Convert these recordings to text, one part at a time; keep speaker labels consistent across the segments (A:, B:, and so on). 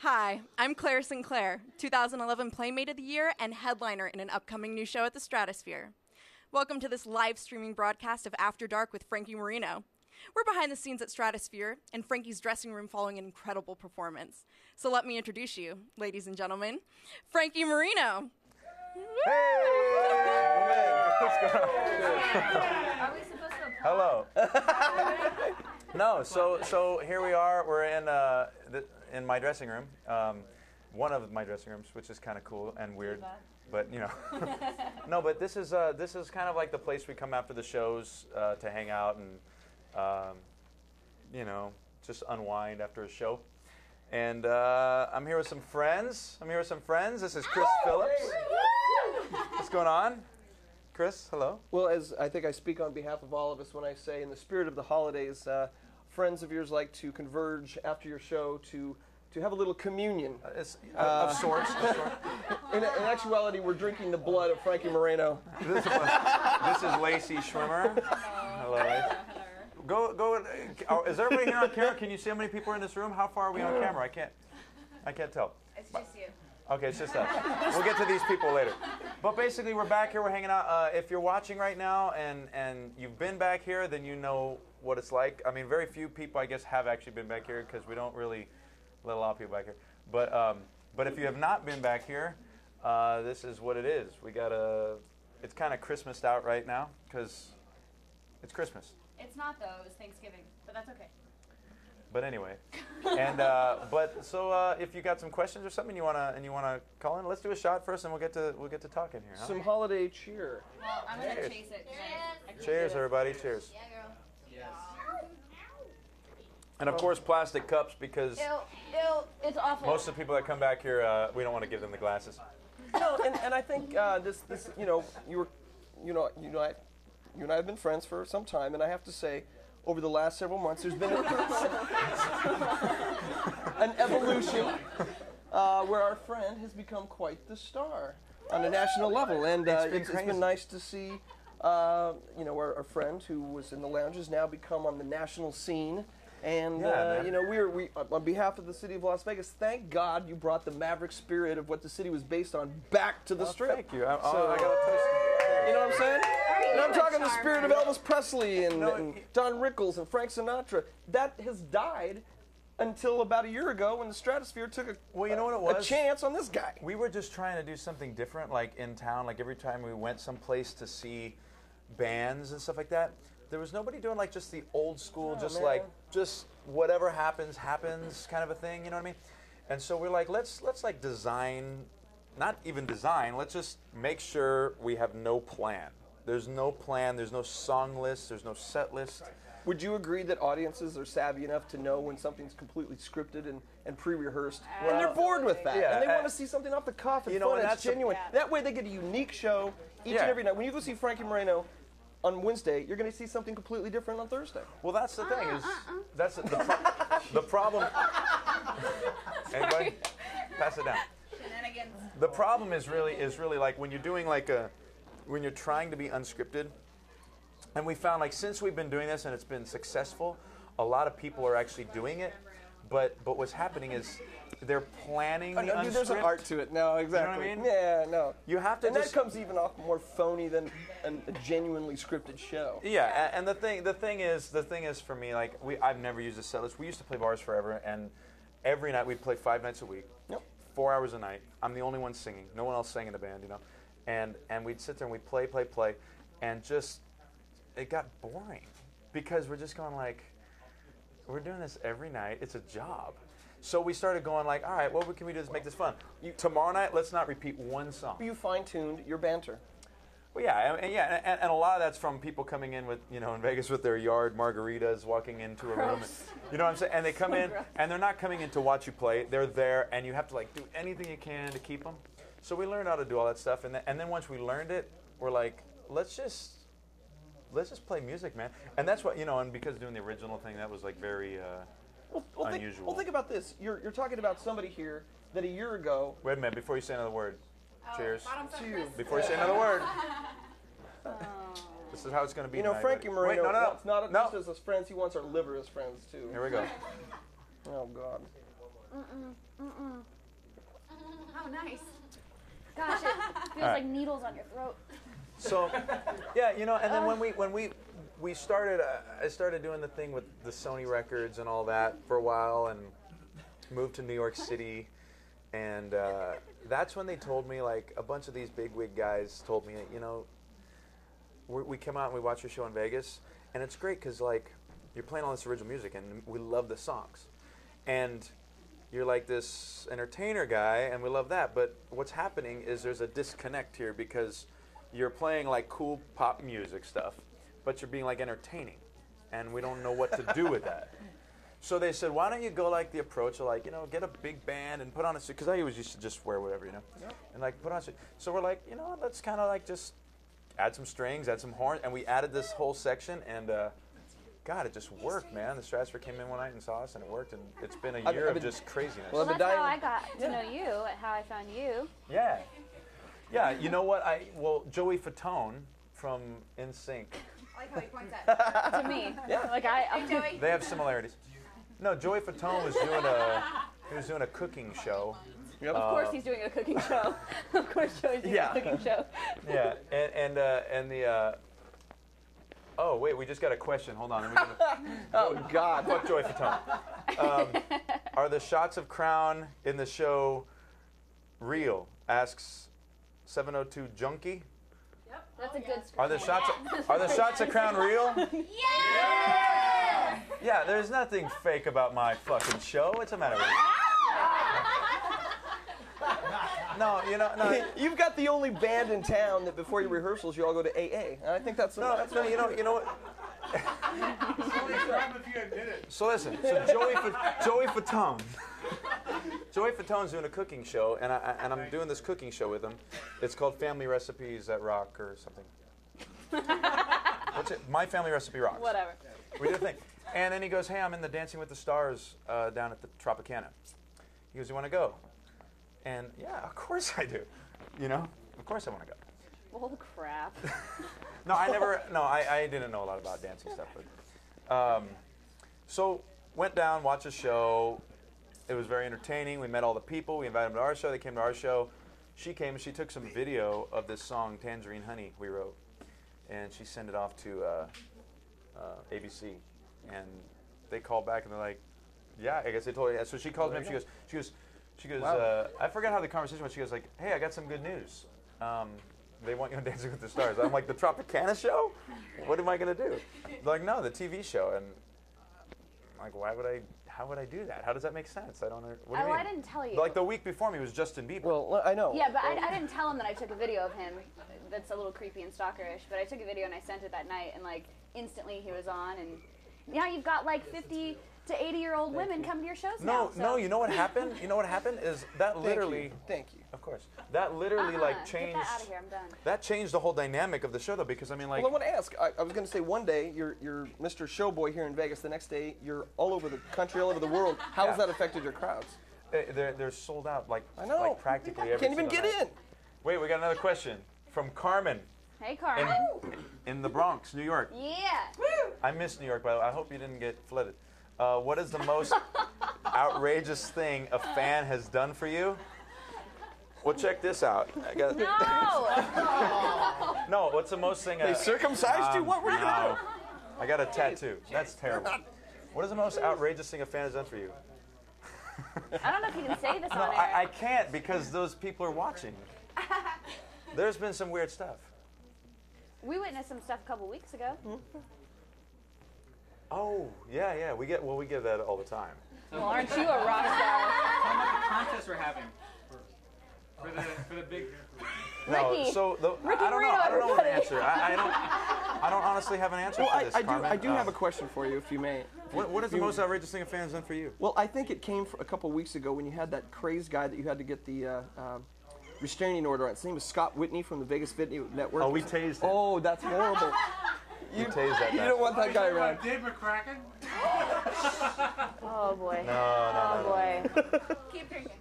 A: Hi, I'm Claire Sinclair, 2011 Playmate of the Year and headliner in an upcoming new show at the Stratosphere. Welcome to this live streaming broadcast of After Dark with Frankie Marino. We're behind the scenes at Stratosphere and Frankie's dressing room following an incredible performance. So let me introduce you, ladies and gentlemen, Frankie Marino.
B: Hello. no, so so here we are. We're in uh, the, in my dressing room, um, one of my dressing rooms, which is kind of cool and weird, but you know, no. But this is uh, this is kind of like the place we come after the shows uh, to hang out and um, you know just unwind after a show. And uh, I'm here with some friends. I'm here with some friends. This is Chris Phillips. What's going on? Chris, hello.
C: Well, as I think I speak on behalf of all of us when I say, in the spirit of the holidays, uh, friends of yours like to converge after your show to to have a little communion.
B: Uh,
C: Uh,
B: It's, of sorts. Of sorts.
C: In, in actuality, we're drinking the blood of Frankie Moreno.
B: This, was- this is Lacey Schwimmer. Hello. Lacey. Go, go. and- oh, Is everybody here on camera? Can you see how many people are in this room? How far are we on camera? I can't. I can't tell.
D: It's just you.
B: Okay, it's just us. We'll get to these people later. But basically, we're back here. We're hanging out. Uh, if you're watching right now and and you've been back here, then you know what it's like. I mean, very few people, I guess, have actually been back here because we don't really let a lot of people back here. But um, but if you have not been back here, uh, this is what it is. We got a. It's kind of Christmased out right now because it's Christmas.
D: It's not though. It was Thanksgiving, but that's okay.
B: But anyway, and uh, but so uh, if you got some questions or something you wanna and you wanna call in, let's do a shot first, and we'll get to we'll get to talking here. Huh?
C: Some holiday cheer.
D: Well, I'm gonna
B: Cheers.
D: chase it. 'cause I- I can
B: Cheers,
D: do it.
B: everybody! Cheers.
D: Yeah, girl.
B: And of course, plastic cups because
D: Ew, it's awful.
B: most of the people that come back here, uh, we don't want to give them the glasses.
C: No, and, and I think uh, this this you know you were you know you know I, you and I have been friends for some time, and I have to say. Over the last several months, there's been an evolution uh, where our friend has become quite the star on a national level, and uh,
B: It's
C: it's
B: been
C: it's been
B: crazy.
C: nice to see. Uh, you know, our, our friend who was in the lounge has now become on the national scene, and
B: Yeah,
C: uh,
B: man.
C: you know, we're we on behalf of the city of Las Vegas. Thank God you brought the maverick spirit of what the city was based on back to the strip.
B: Thank you. I, oh,
C: So-
B: I gotta
C: You know what I'm saying? And I'm
D: a
C: talking the
D: charmer?
C: spirit of Elvis Presley and,
B: No,
C: and
B: y-
C: Don Rickles and Frank Sinatra. That has died until about a year ago when the Stratosphere took a,
B: Well, you know what
C: a
B: it was?
C: chance on this guy.
B: we were just trying to do something different, like in town. Like every time we went someplace to see bands and stuff like that, there was nobody doing like just the old school, just
C: Oh, man.
B: like just whatever happens happens kind of a thing. You know what I mean? And so we're like, let's let's like design, not even design. Let's just make sure we have no plan. There's no plan. There's no song list. There's no set list.
C: Would you agree that audiences are savvy enough to know when something's completely scripted and, and pre-rehearsed? and they're bored with that.
B: Yeah,
C: and they
B: uh,
C: want to see something off the cuff and
B: you know,
C: fun
B: and
C: that's
B: that's the-
C: genuine.
D: Yeah.
C: That way they get a unique show each
B: Yeah.
C: and every night. When you go see Frankie Moreno on Wednesday, you're going to see something completely different on Thursday.
B: Well, that's the thing
C: uh,
B: is that's the, the, pro- the problem. Anybody? Pass it down.
D: Shenanigans.
B: The problem is really is really like when you're doing like a when you're trying to be unscripted. And we found like since we've been doing this and it's been successful, a lot of people are actually doing it. But but what's happening is they're planning the
C: Oh, No, dude, there's an
B: unscript.
C: art to it. No, exactly.
B: mean?
C: Yeah, no.
B: You have to
C: and
B: just-
C: that comes even off more phony than an, a genuinely scripted show.
B: Yeah, a- and the thing the thing is the thing is for me like we I've never used a set list. We used to play bars forever, and every night we'd play five nights a week,
C: Yep.
B: four hours a night. I'm the only one singing. No one else sang in the band, you know, and and we'd sit there and we'd play, play, play, and just it got boring because we're just going like we're doing this every night. It's a job. So we started going like, all right, well, what can we do to make this fun? Tomorrow night, let's not repeat one song.
C: You fine-tuned your banter.
B: Well, yeah, and, and yeah, and, and a lot of that's from people coming in with you know in Vegas with their yard margaritas, walking into a room. and- you know what I'm saying? And they come in, and they're not coming in to watch you play. They're there, and you have to like do anything you can to keep them. So we learned how to do all that stuff, and then, and then once we learned it, we're like, let's just let's just play music, man. And that's what you know, and because doing the original thing, that was like very. Uh,
C: Well, well, think,
B: Unusual.
C: well, think about this. You're, you're talking about somebody here that a year ago.
B: wait a minute, before you say another word, cheers.
C: You,
B: Before you say another word. This is how it's going to be.
C: you know,
B: tonight,
C: Frankie
B: buddy.
C: Moreno
B: Wait, no, no, no.
C: wants not
B: no.
C: just as his friends, he wants our liver as friends, too.
B: Here we go.
C: Oh, God.
D: Oh, nice. Gosh, it feels
B: right.
D: like needles on your throat.
B: So, yeah, you know, and then when we when we we started, uh, I started doing the thing with the Sony records and all that for a while, and moved to New York City, and uh, that's when they told me like a bunch of these bigwig guys told me, you know, we, we come out and we watch your show in Vegas, and it's great because like you're playing all this original music, and we love the songs, and you're like this entertainer guy, and we love that. But what's happening is there's a disconnect here because you're playing like cool pop music stuff, but you're being like entertaining, and we don't know what to do with that. So they said, why don't you go like the approach of like, you know, get a big band and put on a suit? Because I always used to just wear whatever, you know, and like put on a suit. So we're like, you know, what, let's kind of like just add some strings, add some horns, and we added this whole section and. uh God, it just worked, man. The Strasser came in one night and saw us, and it worked. And it's been a year
C: I've- I've
B: of
C: been-
B: just craziness.
C: Well,
E: Well,
C: I've been
E: that's how I
C: dying-
E: got to know you, how I found you.
B: Yeah. Yeah, you know what? I well, Joey Fatone from InSync.
D: I like how he points at.
E: To me.
C: Yeah.
E: Like, I.
D: Joey.
B: They have similarities. No, Joey Fatone was doing a uh, he was doing a cooking show.
C: Yep.
E: Of course, he's doing a cooking show. of course, Joey's doing
C: Yeah.
E: a cooking show.
B: Yeah, and and uh, and the uh, oh wait, we just got a question. Hold on, let me get a-
C: oh God.
B: fuck Joey Fatone. Um, are the shots of Crown in the show real? Asks 702 Junkie.
E: That's a good
B: Are the shots are the shots of Crown real?
D: Yeah!
B: Yeah, there's nothing fake about my fucking show. What's the matter with you? No, you know, no,
C: You've got the only band in town that before your rehearsals you all go to AA, and I think that's
B: no,
C: that's
B: no, you know, you know what? So listen, so Joey, Fa- Joey Fatone, Joey Fatone's doing a cooking show, and I I- and I'm doing this cooking show with him. It's called Family Recipes that Rock or something. What's it? My Family Recipe Rocks.
E: Whatever.
B: We did a thing. And then he goes, Hey, I'm in the Dancing with the Stars uh, down at the Tropicana. He goes, You want to go? And yeah, of course I do. You know, of course I want to go.
E: Well, crap.
B: No, I never, no, I, I didn't know a lot about dancing stuff. But, um, so went down, watched a show. It was very entertaining. We met all the people. We invited them to our show. They came to our show. She came and she took some video of this song, Tangerine Honey, we wrote. And she sent it off to uh, uh, ABC. And they called back and they're like, yeah, I guess they told her. yeah. So she calls me up. She goes, she goes, she goes,
C: Wow.
B: uh, I forgot how the conversation went. She goes like, hey, I got some good news. Um, they want you on Dancing with the Stars. I'm like, the Tropicana show? What am I going to do? They're like, no, the TV show. And I'm like, why would I, how would I do that? How does that make sense? I don't know. What do you
E: Oh, I
B: mean?
E: didn't tell you.
B: Like the week before me was Justin Bieber.
C: Well, I
B: Oh,
C: know.
E: Yeah, but I, I didn't tell him that I took a video of him. That's a little creepy and stalkerish. But I took a video and I sent it that night, and like instantly he was on. And now you've got like 50 to 80 year old women come to your shows now.
B: no,
E: so-
B: no, you know what happened? You know what happened is that
C: Thank you.
B: literally,
C: Thank you.
B: of course, that literally
E: Uh-uh,
B: like
E: Get
B: changed,
E: that out of here. I'm done.
B: that changed the whole dynamic of the show though, because I mean like,
C: Well, I want to ask. I, I was going to say one day you're you're Mr. Showboy here in Vegas. The next day you're all over the country, all over the world. How has
B: Yeah.
C: that affected your crowds?
B: They- They're, they're sold out like,
C: I know.
B: like practically every
C: Can't even get
B: single night.
C: in.
B: Wait, we got another question from Carmen
E: Hey,
B: in,
E: Carmen.
B: in the Bronx, New York.
E: Yeah.
B: I miss New York, by the way. I hope you didn't get flooded. Uh, what is the most outrageous thing a fan has done for you? Well, check this out. I got,
E: No.
B: no, what's the most thing?
C: They
B: a-
C: circumcised you.
B: Um,
C: What were you going to
B: no.
C: do?
B: I got a tattoo. That's terrible. What is the most outrageous thing a fan has done for you?
E: I don't know if you can say this
B: No,
E: on air.
B: I, I can't because those people are watching. There's been some weird stuff.
E: we witnessed some stuff a couple weeks ago.
B: Mm-hmm. Oh, yeah, yeah. We get well, we get that all the time.
E: Well, aren't you a rock star?
F: contest we're having for the for the big.
B: No,
E: Ricky.
B: so the,
E: Ricky
B: I don't know.
E: Marino,
B: I don't know an
E: everybody.
B: answer. I, I don't. I don't honestly have an answer
C: Well,
B: for
C: I,
B: this.
C: I do.
B: Carmen.
C: I do
B: Uh,
C: have a question for you, if you may.
B: What, what is the most outrageous thing a fan's done for you?
C: Well, I think it came fr- a couple weeks ago when you had that crazed guy that you had to get the uh, um, restraining order on. His name was Scott Whitney from the Vegas Fitness Network.
B: Oh, we tased him.
C: Oh, that's horrible.
B: You tased that.
C: you
B: guy.
C: don't want that guy around.
F: Dave McCracken.
E: Oh boy.
B: No, no,
E: Oh
B: no, no.
E: boy.
D: Keep drinking.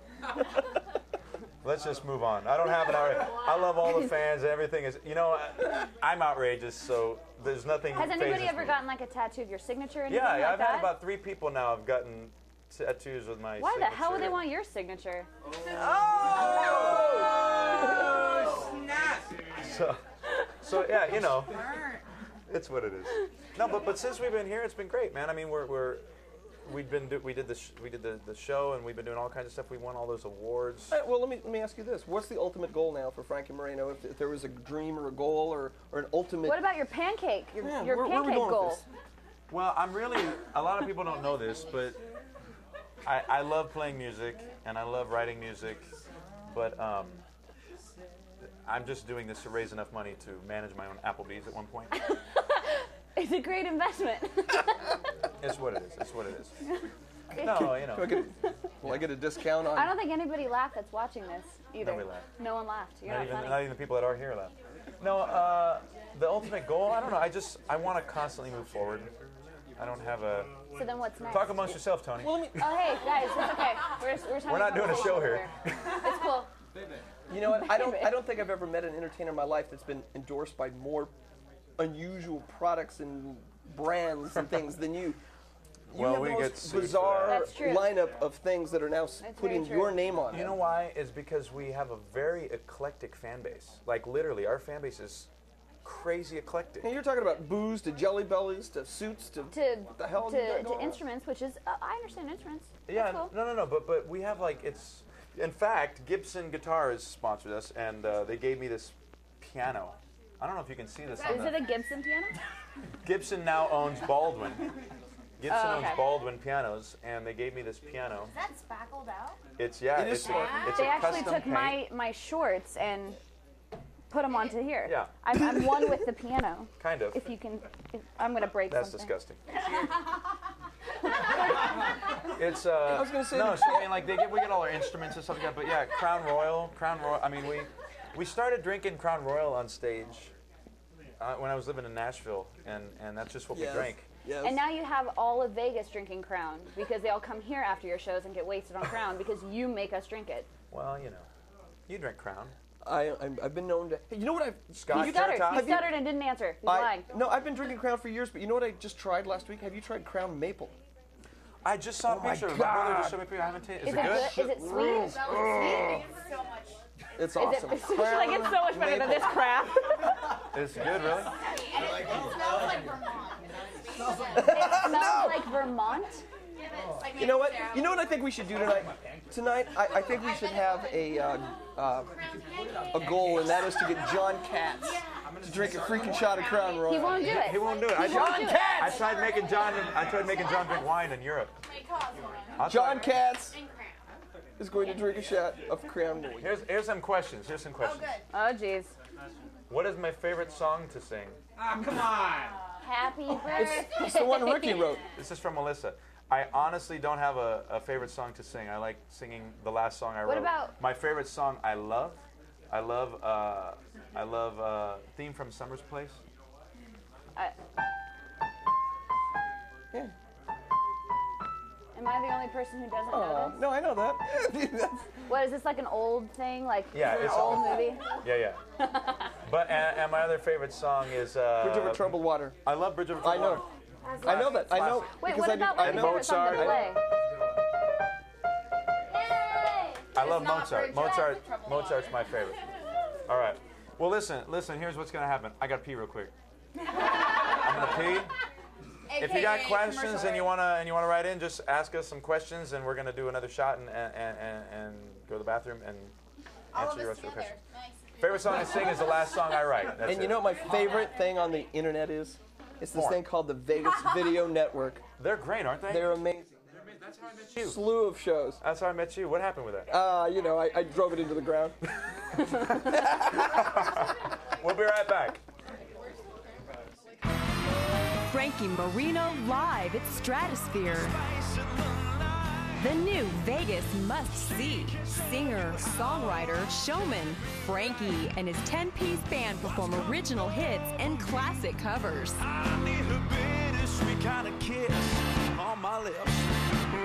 B: Let's just move on. I don't have an outrage. I love all the fans. Everything is. You know, I, I'm outrageous, so there's nothing.
E: Has anybody
B: fazes
E: ever
B: me.
E: gotten like a tattoo of your signature? or Anything
B: Yeah,
E: like
B: I've
E: that?
B: had about three people now. have gotten tattoos with my.
E: Why the hell would they
B: signature. Oh!
E: want your signature?
G: Snap.
B: So, so yeah, you know,
G: Burn.
B: it's what it is. No, but but since we've been here, it's been great, man. I mean, we're we're we've been do, we did the sh- we did the, the show and we've been doing all kinds of stuff. We won all those awards.
C: All right, Eh, well, let me let me ask you this: What's the ultimate goal now for Frankie Moreno? If, if there was a dream or a goal or, or an ultimate,
E: What about your pancake? Your,
C: Yeah,
E: your
C: where- where are we
E: pancake
C: going with
E: goal.
C: this?
B: Well, I'm really. A lot of people don't know this, but I, I love playing music and I love writing music, but um, I'm just doing this to raise enough money to manage my own Applebee's at one point.
E: It's a great investment.
B: it's what it is. It's what it is. No, you
C: Do I
B: know.
C: get a, will I get a discount on?
E: I don't think anybody laughed that's watching this either.
B: Nobody laughed.
E: No one laughed. You're
B: Not
E: not,
B: even,
E: funny.
B: not even the people that are here left. No, uh, the ultimate goal. I don't know. I just I want to constantly move forward. I don't have a
E: so then what's next?
B: talk amongst yourself, Tony.
C: well, let me,
E: oh hey guys, it's okay. We're, just- we're, just having
B: We're not doing a
E: conversation
B: show
E: over
B: here.
E: It's cool.
C: you know what? I don't I don't think I've ever met an entertainer in my life that's been endorsed by more unusual products and brands and things than you. You
B: Well,
C: have
B: we
C: the
B: get
C: most
B: sued for
C: bizarre
B: that.
E: That's true.
C: lineup of things that are now s-
E: That's
C: putting
E: very true.
C: your name on.
B: You
C: it.
B: know why? Is because we have a very eclectic fan base. Like literally, our fan base is crazy eclectic.
C: And you're talking about booze to jelly bellies to suits to,
E: To
C: what the hell? you got
E: to,
C: going
E: to
C: on?
E: instruments, which is uh, I understand instruments.
B: Yeah,
E: That's cool.
B: no, no, no. But but we have like it's. In fact, Gibson Guitars sponsored us, and uh, they gave me this piano. I don't know if you can see this. on
E: Is
B: the-
E: it a Gibson piano?
B: Gibson now owns Baldwin. Gibson
E: Oh, okay.
B: owns Baldwin pianos, and they gave me this piano.
D: that spackled out?
B: It's yeah,
C: It is
B: it's,
C: sparkly.
B: a, it's
E: They
B: a
E: actually
B: custom
E: took
B: paint.
E: my my shorts and put them onto here.
B: Yeah.
E: I'm, I'm one with the piano.
B: kind of.
E: If you can, if, I'm gonna break
B: That's
E: something.
B: disgusting. it's uh. I
C: was gonna say
B: no.
C: the-
B: So I mean, like they get we get all our instruments and stuff like that, but yeah, Crown Royal, Crown Royal. I mean, we we started drinking Crown Royal on stage uh, when I was living in Nashville, and and that's just what
C: Yes.
B: we drank.
C: Yes.
E: And now you have all of Vegas drinking Crown because they all come here after your shows and get wasted on Crown because you make us drink it.
B: Well, you know, you drink Crown.
C: I, I'm, I've been known to. Hey, you know what I've
B: Scotch
E: You
B: Sure,
E: stuttered.
B: Tom.
E: You stuttered and didn't answer. He's
C: I,
E: lying.
C: no, I've been drinking Crown for years, but you know what I just tried last week? Have you tried Crown Maple?
B: I just saw a
C: Oh my
B: picture. My, brother
C: God.
B: just showed me a picture. I haven't tasted.
E: Is it good? Is it sweet? Is
D: so much.
C: It's
E: it,
C: awesome.
E: it's like it's so much better than this crap.
B: It's good, really.
D: And it, it smells like Vermont.
E: It smells like Vermont.
C: You know what? You know what I think we should do tonight? Tonight, I, I think we should have a uh, uh, a goal, and that is to get John Katz to drink a freaking shot of Crown
E: He
C: Royal.
E: won't do it.
B: He won't do it. I
E: He won't
B: tried,
E: do it.
B: I tried making John. I tried making John drink wine in Europe. I'll
C: John
B: try-
C: Katz is going to drink a shot of Crown Royal.
B: Here's here's some questions. Here's some questions.
E: Oh jeez.
B: What is my favorite song to sing?
G: Ah, come on.
E: Happy birthday.
C: It's the one Ricky wrote.
B: This is from Melissa. I honestly don't have a, a favorite song to sing. I like singing the last song I wrote.
E: about-
B: my favorite song? I love. I love. Uh, I love uh, theme from Summer's Place.
E: I-
C: Yeah.
E: Am I the only person who doesn't know
C: Aw,
E: this?
C: no, I know that.
E: What is this like an old thing? Like
B: Yeah,
E: is it
B: it's
E: an old
B: all-
E: movie?
B: Yeah, yeah. but and, and my other favorite song is. Uh,
C: Bridge over troubled water.
B: I love Bridge over
C: I
B: Troubled
C: know. I know that. I know.
B: Classic.
E: Wait,
C: because
E: what
C: I
E: about
C: do, I
E: like
B: and
E: your
C: know.
E: favorite song to
B: Mozart.
E: play?
B: I love Mozart. Mozart. Mozart's my favorite. All right. Well, listen, listen. Here's what's gonna happen. I gotta pee real quick. I'm gonna pee. If you got questions and you wanna and you wanna write in, just ask us some questions, and we're gonna do another shot and and, and, and- and go to the bathroom and answer the rest of your questions. Favorite song I sing is the last song I write. That's
C: And you
B: it.
C: know what my favorite thing on the internet is? It's this
B: Porn.
C: thing called the Vegas Video Network.
B: they're great, aren't they?
C: They're amazing.
F: That's how I met you.
C: Slew of shows.
B: That's how I met you. What happened with that?
C: Uh, you know, I, I drove it into the ground.
B: We'll be right back.
H: Frankie Marino live at Stratosphere. The new Vegas must see singer, songwriter, showman Frankie and his 10 piece band perform original hits and classic covers.
I: I need a bitter sweet kind of kiss on my lips.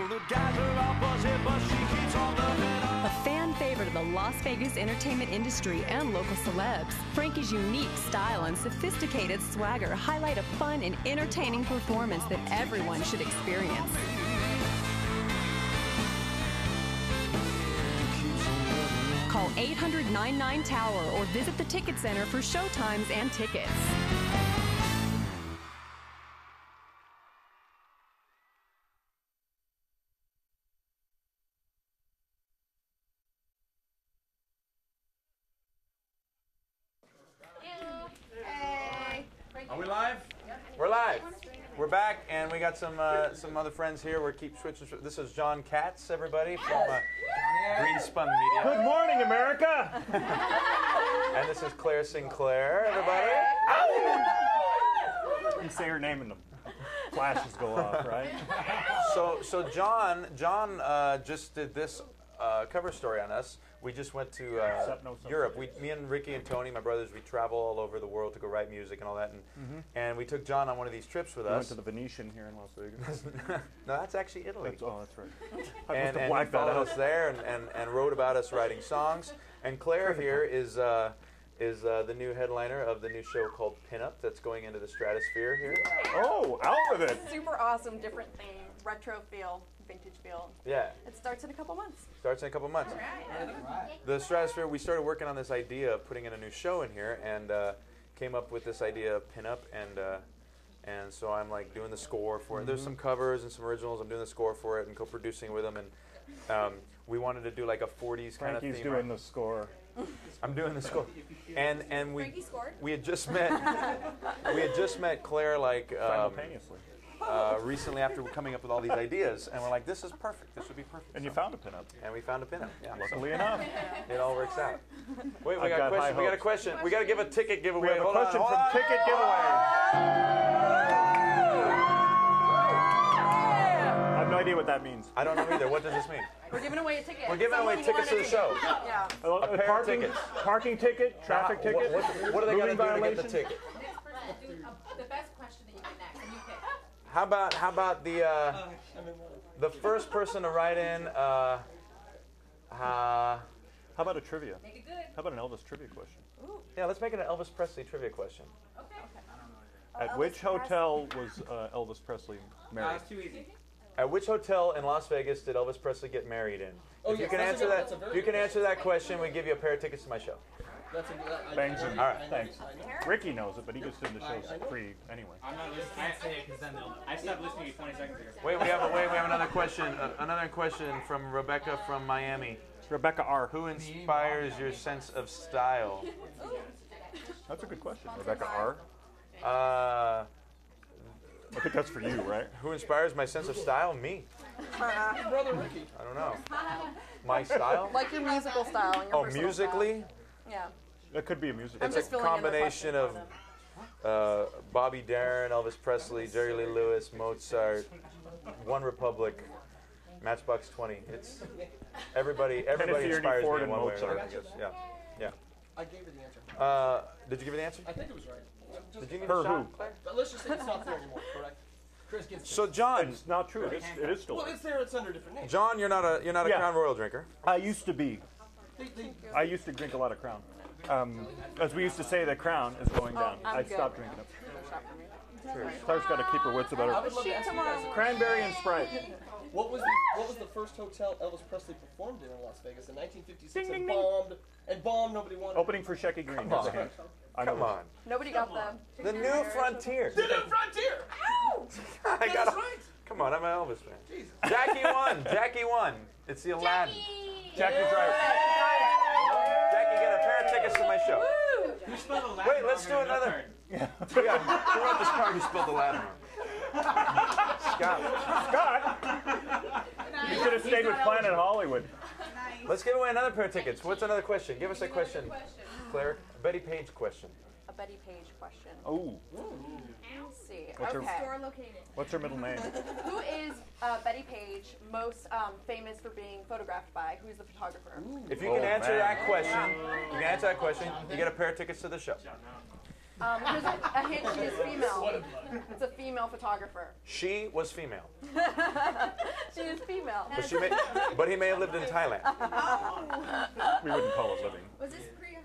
I: The guys are all buzzing, but she keeps on loving.
H: A fan favorite of the Las Vegas entertainment industry and local celebs, Frankie's unique style and sophisticated swagger highlight a fun and entertaining performance that everyone should experience. Call 800 99 Tower or visit the Ticket Center for showtimes and tickets.
B: Are we live? We're live. We're back, and we got some uh, some other friends here. We keep switching. This is John Katz, everybody from uh, Greenspun Media. Good morning, America. and this is Claire Sinclair, everybody.
G: You say her name and the flashes go off, right?
B: So so John John uh, just did this uh, cover story on us. We just went to uh,
G: Sup, no sup.
B: Europe. We, me and Ricky and Tony, my brothers, we travel all over the world to go write music and all that. And, and we took John on one of these trips with
G: I Mm-hmm. went
B: us.
G: to the Venetian here in Las Vegas.
B: no, that's actually Italy.
G: That's, oh, that's right. I must
B: and,
G: have
B: and he
G: blacked that
B: followed
G: out.
B: us there and, and, and wrote about us writing songs. And Claire here is uh, is uh, the new headliner of the new show called Pin Up that's going into the stratosphere here.
G: Oh, out with it.
A: Super awesome, different thing, retro feel, vintage feel.
B: Yeah,
A: It starts in a couple months.
B: starts in a couple months. The stratosphere. We started working on this idea of putting in a new show in here and uh, came up with this idea of Pin Up and. Uh, and so I'm like doing the score for it. There's
G: Mm-hmm.
B: some covers and some originals. I'm doing the score for it and co-producing with them. And um, we wanted to do like a 40s kind of theme.
G: Frankie's doing the score.
B: I'm doing the score. And and we
A: Frankie scored.
B: we had just met we had just met Claire like um,
G: Simultaneously.
B: uh, recently after coming up with all these ideas, and we're like, this is perfect. This would be perfect.
G: and you
B: So-
G: found a pinup.
B: and we found a pinup. Yeah, so
G: Luckily enough.
B: it all works out. Wait, we
G: I've
B: got, a
G: got high
B: question. We got a
G: hopes.
B: question. We got to give a ticket giveaway.
G: We have a
B: Hold on,
G: question
B: hold
G: from
B: on.
G: Ticket Giveaway. I have no idea what that means.
B: I don't know either. What does this mean?
A: We're giving away a ticket.
B: We're giving away
A: Someone
B: tickets to the
A: wanted
B: show.
A: it. Yeah.
G: Uh,
B: pair of
G: parking,
B: tickets.
G: parking ticket, traffic
B: What-
G: ticket.
B: What, what are they going to
G: moving
B: do to get the
G: violation.
B: ticket?
J: The best question that you can ask, and you pick.
B: How about how about the uh, the first person to write in? Uh, uh,
G: How about a trivia? How
J: Make it good.
G: about an Elvis trivia question?
B: yeah, let's make it an Elvis Presley trivia question.
J: Okay.
G: At which hotel was uh, Elvis Presley married?
F: it's too easy.
B: At which hotel in Las Vegas did Elvis Presley get married in? if you
F: yes,
B: can
F: Oh, that's a
B: answer
F: good-
B: that,
F: that's a very
B: you can
F: good
B: answer that question. We give you a pair of tickets to my show.
F: That's a, uh, that, I,
G: Bangs and
B: All right.
G: thanks. Ricky knows it, but he gets in the shows free anyway.
F: I'm not listening. I say it because then they'll. I stopped listening to you 20 seconds ago.
B: Wait, we have a wait. We have another question. Uh, another question from Rebecca from Miami.
G: Rebecca R. Who?
B: Who inspires your sense of style?
G: That's a good question. Rebecca R.
B: Uh,
G: I think that's for you, right?
B: who inspires my sense of style? Me.
C: Brother Ricky.
B: I don't know. My style?
A: Like your musical style. And your
B: Oh,
A: personal style.
B: musically,
A: Yeah.
G: That could be a music.
A: I'm
B: it's
A: just
B: a
A: filling in the
B: combination of
A: question
B: uh, Bobby Darin, Elvis Presley, Jerry Lee Lewis, Mozart, One Republic, Matchbox Twenty. It's everybody. Everybody
G: Ernie
B: inspires
G: Ford
B: me in
G: and
B: one way or
G: Mozart.
B: another. I guess. Yeah, yeah.
C: I gave her the answer.
B: Uh, did you give her the answer?
C: I think it was right.
B: Did you need
G: Her
B: a shot?
G: who?
B: Claire?
C: But let's just say it's not there anymore, correct? Chris Gibson.
B: So John,
G: It's not true. It is, it is still.
C: well, it's there. It's under a different name.
B: John, you're not a you're not a
G: Yeah.
B: Crown Royal drinker.
G: I used to be.
C: They- they-
G: I used to drink a lot of Crown. Um, as we used to say, the Crown is going down.
A: Oh, I'm
G: I
A: good.
G: stopped drinking it.
A: Shot for me.
G: Claire's got to keep her wits about
C: I
G: her.
C: would love to ask you guys. a-
G: Cranberry and Sprite.
C: What was the, what was the first hotel Elvis Presley performed in in Las Vegas in 1956 and bombed and bombed nobody wanted.
G: Opening for Shecky Green.
B: Come
G: Here's a
B: on.
G: hint. I know
B: Come
G: this.
B: on,
A: Nobody got the.
B: the new frontier.
C: The new frontier.
B: I got
C: That's
B: a,
C: right.
B: Come on, I'm an Elvis fan. Jackie won. Jackie won. It's the Aladdin.
G: Jackie's right.
B: Jackie, get a pair of tickets to my show.
F: You spelled Aladdin
B: Wait, let's
F: wrong
B: do
F: in another
B: another.
F: card.
B: Yeah, who wrote this card? Who spelled Aladdin? wrong? Scott.
G: Scott, you should have stayed with Planet Hollywood.
B: Let's give away another pair of tickets. What's another question? Give us a question, Claire. Betty Page question.
A: A Betty Page question.
G: Oh,
A: Let's see.
G: What's her-
A: okay.
G: what's her middle name?
A: Who is uh, Betty Page most um, famous for being photographed by? Who's the photographer?
B: If you can
G: Oh,
B: answer
G: man.
B: that question, you can answer that question. You get a pair of tickets to the show.
A: Um, here's a, a hint. She is female. It's a female photographer.
B: She was female,
A: She is female.
B: but she may, but he may have lived in Thailand.
G: We wouldn't call it living.
J: Was this Priya?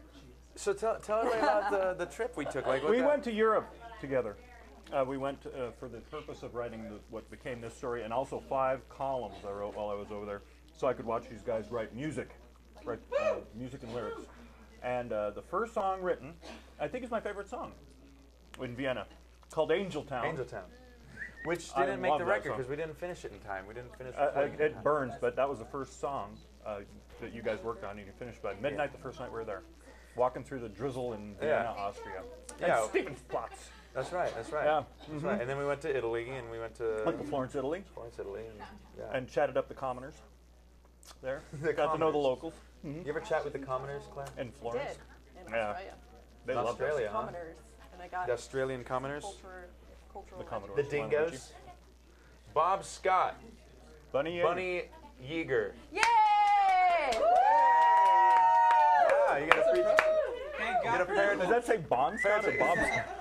B: So tell tell everybody about the, the trip we took. Like what
G: We
B: the-
G: went to Europe together. Uh, we went uh, for the purpose of writing the, what became this story, and also five columns I wrote while I was over there, so I could watch these guys write music. right, uh, music and lyrics. And uh, the first song written, I think, is my favorite song in Vienna, called "Angel Town."
B: Angel Town, which
G: I
B: didn't make
G: love
B: the
G: that
B: record
G: song.
B: because we didn't finish it in time. We didn't finish.
G: Uh, uh,
B: recording in
G: it
B: time.
G: burns, but that was the first song uh, that you guys worked on, and you finished by midnight the first night we were there, walking through the drizzle in Vienna, Austria.
B: Yeah.
G: And Stephansplatz.
B: That's right. That's right.
G: Yeah. Mm-hmm.
B: That's right. And then we went to Italy, and we went to
G: Went to Florence, Italy.
B: Florence, Italy, and, yeah.
G: and chatted up the commoners there. Got
B: The
G: to know
B: commoners.
G: the locals Mm-hmm.
B: You ever chat with the commoners, Claire?
G: in Florence.
K: did in
G: Yeah.
K: Australia.
G: They
B: In
G: loved
B: Australia,
G: us.
B: huh?
K: Commoners, and I got
B: The Australian commoners?
K: Culture, cultural
G: The Commodores.
B: The
G: Why don't
B: dingoes. Bob Scott.
G: Bunny.
B: Bunny Yeager.
K: Yay!
B: Yeah, you got a free.
F: Thank
B: God for you.
G: Does that say Bond Scott or Bob Scott?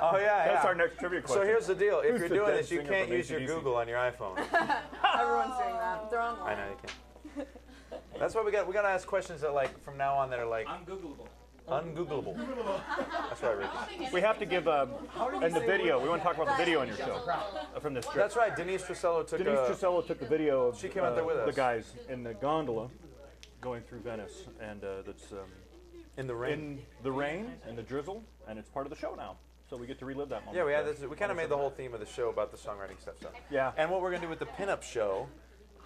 B: Oh yeah,
G: That's
B: yeah.
G: our next trivia
B: So
G: question.
B: here's the deal: if
G: Who's
B: you're
G: the
B: doing
G: dead
B: this, you
G: singer
B: can't
G: from
B: use your
G: AC/DC?
B: Google on your iPhone.
K: Everyone's doing that. They're online.
B: I know you can. That's why we got we got to ask questions that like from now on that are like
F: Ungoogleable.
B: ungoogleable. That's right, Rick.
G: We have to give um, and the video. We want to talk about the video in your show uh, from this trip.
B: That's right. Denise Trissello took
G: Denise
B: a-
G: Trisello took the video of
B: She came out there
G: uh,
B: with
G: the
B: us.
G: guys in the gondola going through Venice, and uh, that's um,
B: in the rain.
G: in the rain and the drizzle, and it's part of the show now. So we get to relive that moment.
B: yeah, we had
G: there.
B: this. We kind of made the whole theme of the show about the songwriting stuff. So.
G: Yeah.
B: And what we're gonna do with the pinup show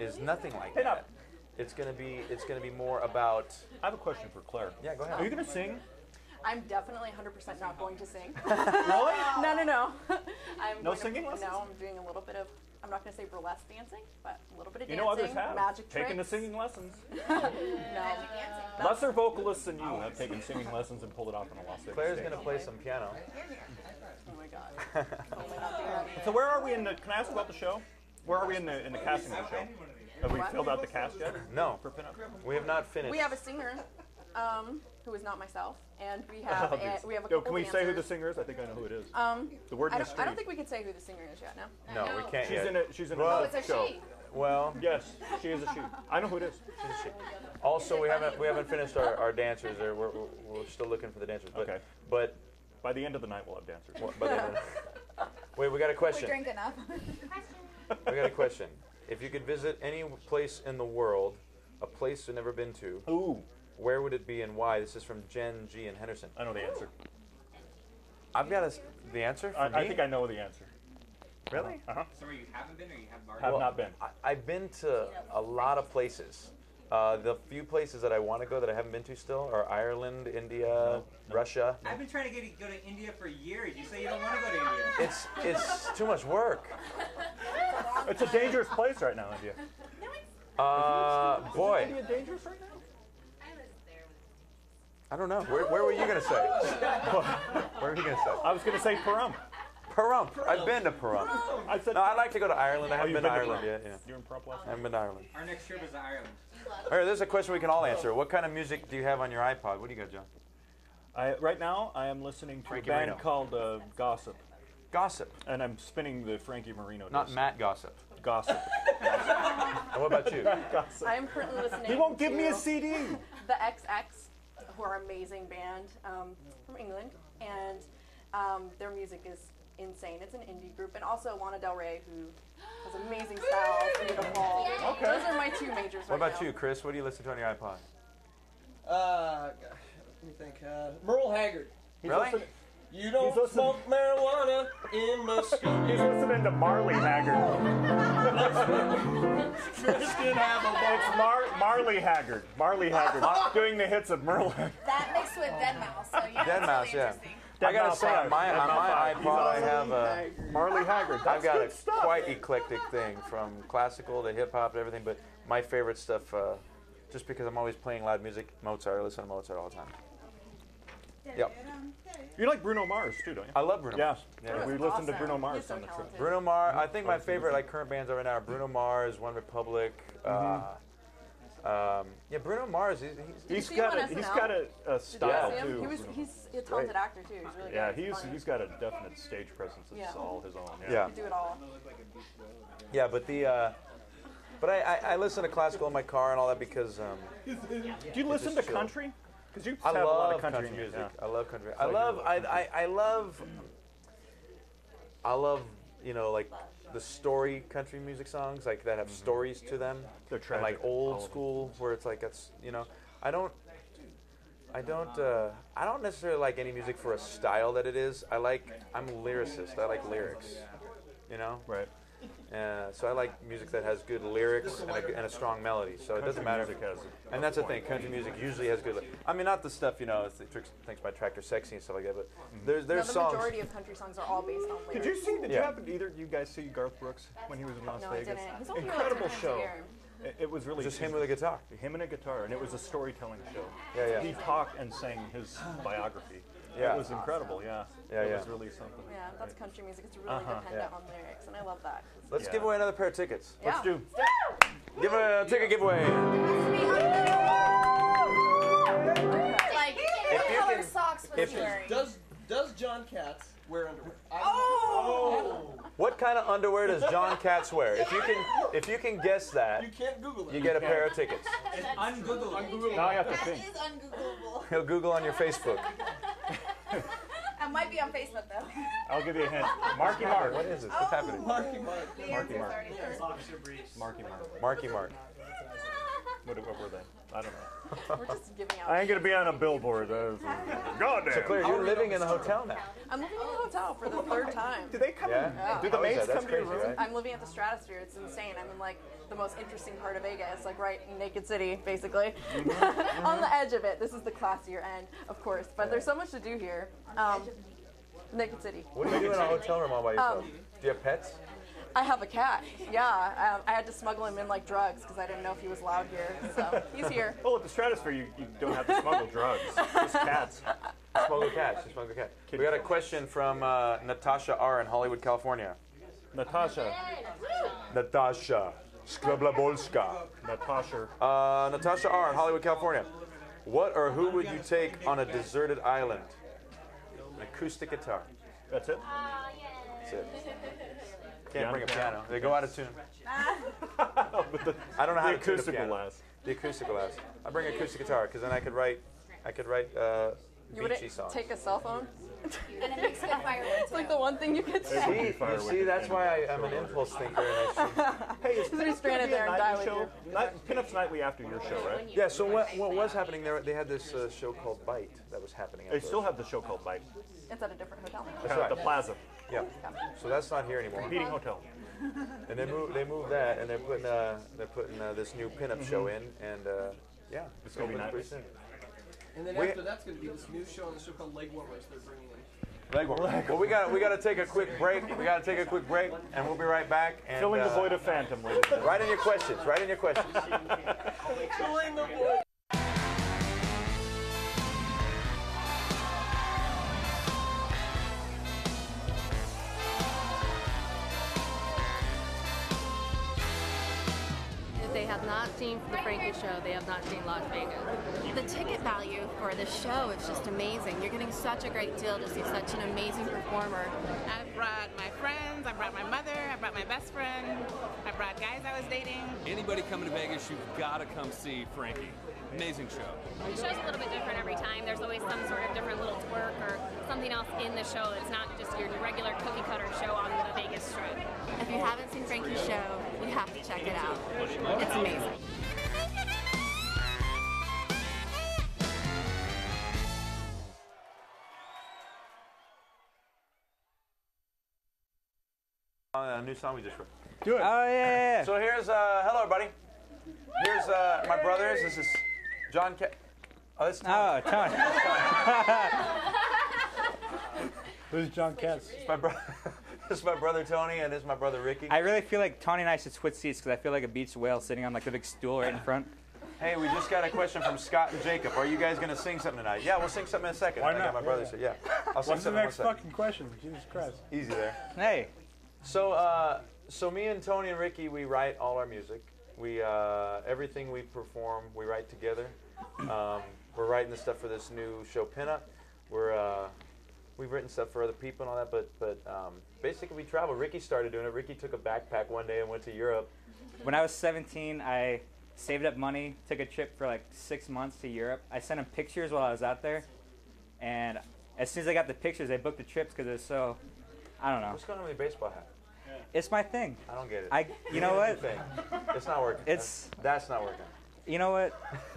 B: is nothing like
G: Pinup.
B: that. It's gonna be it's gonna be more about.
G: I have a question for Claire.
B: Yeah, go ahead.
G: Are you gonna sing?
K: I'm definitely 100% not going to sing.
G: Really?
K: no, no, no. I'm
G: No
K: going to-
G: singing lessons?
K: No, I'm doing a little bit of. I'm not going to say burlesque dancing, but a little bit of
G: You
K: dancing.
G: know others have
K: magic tricks.
G: taken
K: Uh,
G: the singing lessons.
K: No.
G: Lesser vocalists than you have taken singing lessons and pulled it off in a Las Vegas.
B: Claire's
G: stage.
B: gonna play some piano.
K: Oh my god. Totally not doing that.
G: So where are we in the? Can I ask about the show? Where are we in the in the casting of the show? Have we filled out the cast yet?
B: No,
G: For pinup?
B: we have not finished.
K: We have a singer, um, who is not myself, and we have a, we have a
G: Yo,
K: couple
G: can we say who the
K: dancers.
G: singer is? I think I know who it is.
K: Um,
G: the word
K: I
G: mystery.
K: don't, I don't think we could say who the singer is yet. No.
B: no, we can't
G: she's
B: yet.
G: in it. She's in
B: Well-
G: another
B: Oh, it's
G: show.
B: Well,
G: Yes, she is a she. I know who it is.
B: also we haven't we haven't finished our, our dancers. Or we're, we're, we're still looking for the dancers. But,
G: Okay.
B: But
G: By the end of the night, we'll have dancers.
B: but then, wait, we got a
D: We
B: question.
D: drink enough.
B: We got a question. If you could visit any place in the world, a place you've never been to,
G: Ooh,
B: where would it be and why? This is from Jen G in Henderson.
G: I know the answer.
B: I've got a s the answer. For
G: I,
B: me?
G: I think I know the answer.
B: really.
L: Uh-huh.
G: Uh huh.
F: So where you haven't been or you have
G: Have
F: already?
B: Well,
G: not been.
B: I, I've been to a lot of places. Uh, the few places that I want to go that I haven't been to still are Ireland, India, Russia.
F: I've been trying to get you to go to India for years. You say you don't want to go to India.
B: It's it's too much work.
G: It's a dangerous place right now, India.
B: Uh, boy,
G: India dangerous right now?
B: I don't know. Where, where were you gonna say?
G: Oh,
B: where were you gonna say?
G: I was gonna say Param.
B: Pahrump. I've been to Pahrump.
G: I said.
B: No, I'd like to go to Ireland. I
G: Oh,
B: haven't
G: you've
B: been, to Ireland
G: Pahrump.
B: yet. Yeah.
G: You were in Pahrump last
B: I
G: night?
B: haven't been to Ireland.
F: Our next trip is to Ireland.
B: All right, there's a question we can all answer. What kind of music do you have on your iPod? What do you got, John?
G: I, right now, I am listening to
B: Frankie
G: a band
B: Marino.
G: called uh, Gossip,
B: Gossip,
G: and I'm spinning the Frankie Marino.
B: not
G: disc.
B: Matt Gossip.
G: Gossip.
B: And what about you?
G: Gossip.
K: I am currently listening.
G: He won't give me a
K: to
G: CD.
K: The XX, who are an amazing band um, from England, and um, their music is insane. It's an indie group, and also Lana Del Rey, who has amazing style, beautiful.
G: Okay.
K: Those are my two majors.
B: What
K: right
B: about
K: now.
B: you, Chris? What do you listen to on your iPod?
M: Uh, let me think. Uh, Merle Haggard.
G: He's
B: Really?
G: listening-
M: You
G: He's
M: don't
G: listening.
M: smoke marijuana in Muskogee.
G: He's listening to Marley Haggard.
M: Chris can have a
G: It's Mar- Marley Haggard. Marley Haggard doing the hits of Merle. Haggard.
D: That mixed with dead mouse. So yeah,
B: Dead
D: it's
B: Mouse,
D: really
B: yeah.
D: interesting.
B: I gotta
G: Dead
B: say,
G: Mouse
B: on my,
G: Five.
B: on
G: Dead
B: my
G: Mouse Five.
B: iPod, I have a,
G: Marley Haggard.
B: I've
G: That's
B: got a
G: good stuff.
B: quite eclectic thing from classical to hip hop to everything. But my favorite stuff, uh, just because I'm always playing loud music, Mozart. I listen to Mozart all the time. Yep,
G: You like Bruno Mars too, don't you?
B: I love Bruno.
G: Yeah.
B: Mars.
G: yeah. We
K: That's
G: listened to
K: awesome.
G: Bruno Mars
K: He's so
G: on the trip.
K: talented.
B: Bruno Mars. I think my favorite like current bands are right now are Bruno Mars, One Republic. Uh, um, yeah, Bruno Mars. He's, he's,
G: Mm-hmm. He's
K: see
G: got
K: him
G: a
K: on
G: he's
K: SNL?
G: got a, a
K: Did you guys
G: style
K: see him?
G: too.
K: He was,
G: Bruno.
K: he's a talented actor too. He's really
G: yeah,
K: good.
G: he's
K: funny.
G: he's got a definite stage presence. It's
K: Yeah.
G: all his own. Yeah.
B: yeah,
K: Could do it all.
B: yeah. But the uh, but I, I, I listen to classical in my car and all that because um,
G: Do you listen to
B: chill.
G: country? Because you
B: I
G: have a lot
B: love
G: of country,
B: music.
G: yeah.
B: I love country. I
G: like
B: love
G: your
B: I, I I love I love you know like the story country music songs like that have stories to them. They're
G: Mm-hmm. tragic,
B: like
G: all
B: old
G: of them.
B: school where it's like that's you know, I don't. I don't. Uh, I don't necessarily like any music for a style that it is. I like. I'm a lyricist. I like lyrics. You know.
G: Right.
B: Uh, so I like music that has good lyrics and a, and a strong melody. So it doesn't
G: Country
B: matter.
G: music has
B: and that's the thing. Country music usually has good. Li- I mean, not the stuff you know, it's the tricks, things by Tractor Sexy and stuff like that. But
G: Mm-hmm.
B: there's
K: No,
B: there's
K: the
B: songs.
K: majority of country songs are all based on lyrics.
G: Did you see? Did you
B: Yeah.
G: happen? Either you guys see Garth Brooks when he was in Las
K: No, I
G: Vegas?
K: didn't. He's only really
G: Incredible
K: ten times a
G: show.
K: year.
G: It, it was really
B: Just him with a guitar.
G: Him and a guitar, and it was a storytelling show.
B: Yeah, yeah.
G: He talked and sang his biography.
B: Yeah.
G: it was incredible. Yeah,
B: Yeah,
G: it
B: yeah.
G: was really something.
K: Yeah, that's country music. It's really
G: Uh-huh.
K: dependent
B: Yeah.
K: on lyrics, and I love that.
B: Let's
G: Yeah.
B: give away another pair of tickets.
K: Let's Yeah. do.
B: Give a ticket giveaway.
D: Like,
M: If
D: what
M: you
D: color
M: can-
D: socks was
B: if
D: he
B: you-
D: wearing?
M: Does does John Katz wear underwear? I-
D: Oh!
B: What kind of underwear does John Katz wear? If you can, if you can guess that,
M: You can't Google it.
B: you get a pair of tickets.
M: It's
D: Ungoogleable.
B: Now I have to
D: That
B: think.
D: is ungoogleable.
B: He'll Google on your Facebook.
D: I might be on Facebook though.
G: I'll give you a hint. Marky Mark.
B: What is this? What's happening?
M: Oh, Marky Mark.
D: The
G: Marky
D: answer's
G: Mark.
D: already there.
G: Marky Mark.
B: Marky Mark.
G: What, what were they? I don't know.
K: We're just giving out.
G: I ain't gonna be on a billboard. Uh, God damn.
B: So Claire, you're living in a hotel now.
K: I'm living in a hotel for the third time.
G: Oh Do they come?
B: Yeah.
K: Yeah.
G: Do the
B: How is
G: maids
B: that?
G: come
B: That's
G: to your
B: crazy,
G: room?
B: right?
K: I'm living at the Stratosphere. It's insane. I'm in like the most interesting part of Vegas, like right in Naked City, basically,
B: Mm-hmm.
K: on the edge of it. This is the classier end, of course, but there's so much to do here. Um, Naked City.
B: What do you do in a hotel room all by yourself?
K: Um,
B: Do you have pets?
K: I have a cat. Yeah, um, I had to smuggle him in like drugs because I didn't know if he was allowed here. So he's here.
G: Oh, at the Stratosphere, you, you don't have to smuggle drugs. Just cats.
B: Smuggle cats. You smuggle cats. We got a question from uh, Natasha R in Hollywood, California.
G: Natasha.
B: Natasha Skrablabolska.
G: Natasha.
B: Uh, Natasha R in Hollywood, California. What or who would you take on a deserted island? An acoustic guitar.
G: That's it.
D: Oh,
B: That's it. Can't
G: Piano,
B: bring a
G: piano.
B: piano. They go out of tune.
G: But the,
B: I don't know how
G: the
B: to tune a
G: acoustic
B: piano.
G: will last.
B: The acoustic glass. I bring acoustic guitar because then I could write, I could write uh,
K: You
B: beachy
K: wouldn't
B: songs.
K: take a cell phone?
D: And it makes good fireworks.
K: It's like the one thing you could
G: It would
K: say.
G: be
B: see, you
G: firework
B: see,
G: at the
B: that's
G: end.
B: why I, I'm an impulse thinker. And I should,
G: Hey, is
K: Just be stranded there and die with
G: show? Night, Pinups Nightly after your show, right?
B: yeah. So what, what was happening there? They had this uh, show called Bite that was happening.
G: They
B: at
G: still
B: the-
G: have the show called Bite.
K: It's at a different hotel.
B: That's
G: Down at
B: right.
G: the Plaza.
B: yeah. So that's not here anymore.
G: Competing hotel.
B: And they moved, they moved that, and they're putting, uh, they're putting uh, this new pinup show in, and uh, yeah,
G: Mm-hmm. It's gonna be
B: opens
G: nice.
B: pretty soon.
M: And then
B: We-
M: after that's going to be this new show on the show called Leg Warmers they're bringing in.
B: Leg warmer. Well, we got we got to take a quick break. We got to take a quick break, and we'll be right back. And,
G: Filling the
B: uh,
G: void of Phantom, ladies and
B: Write in your questions. Write in your questions.
M: Filling the void.
N: If they have not seen the Frankie show, they have not seen Las Vegas.
O: The ticket value for the show is just amazing. You're getting such a great deal to see such an amazing performer.
P: I brought my friends, I brought my mother, I brought my best friend, I brought guys I was dating.
Q: Anybody coming to Vegas, you've got to come see Frankie. Amazing show.
R: The show's a little bit different every time. There's always some sort of different little twerk or something else in the show that's not just your regular cookie cutter show on the Vegas Strip.
O: If you haven't seen Frankie's show, you have to check it out. It's amazing.
B: Uh, a new song we just wrote.
G: Do it.
B: Oh yeah. So here's uh, hello everybody. Here's uh, my brothers. This is John. Ca- oh, this is Tom.
L: Oh, Tony. Who's John Katz?
B: It's my brother. this is my brother Tony, and this is my brother Ricky.
L: I really feel like Tony and I should switch seats because I feel like a beach whale sitting on like the big stool right in front.
B: Hey, we just got a question from Scott and Jacob. Are you guys gonna sing something tonight? Yeah, we'll sing something in a second.
L: Why
B: I got
L: not?
B: my brothers. here. Yeah. I'll sing
L: What's the
B: something in
L: next
B: one second.
L: fucking question? Jesus Christ.
B: Easy there.
L: Hey.
B: So, uh, so me and Tony and Ricky, we write all our music. We uh, everything we perform, we write together. Um, we're writing the stuff for this new show, Pinup. We're uh, we've written stuff for other people and all that, but but um, basically we travel. Ricky started doing it. Ricky took a backpack one day and went to Europe.
L: When I was 17, I saved up money, took a trip for like six months to Europe. I sent them pictures while I was out there, and as soon as I got the pictures, they booked the trips because it was so, I don't know.
B: What's going on with your baseball hat?
L: It's my thing.
B: I don't get it.
L: I, you know what?
B: It's not working.
L: It's
B: that's not working.
L: You know what?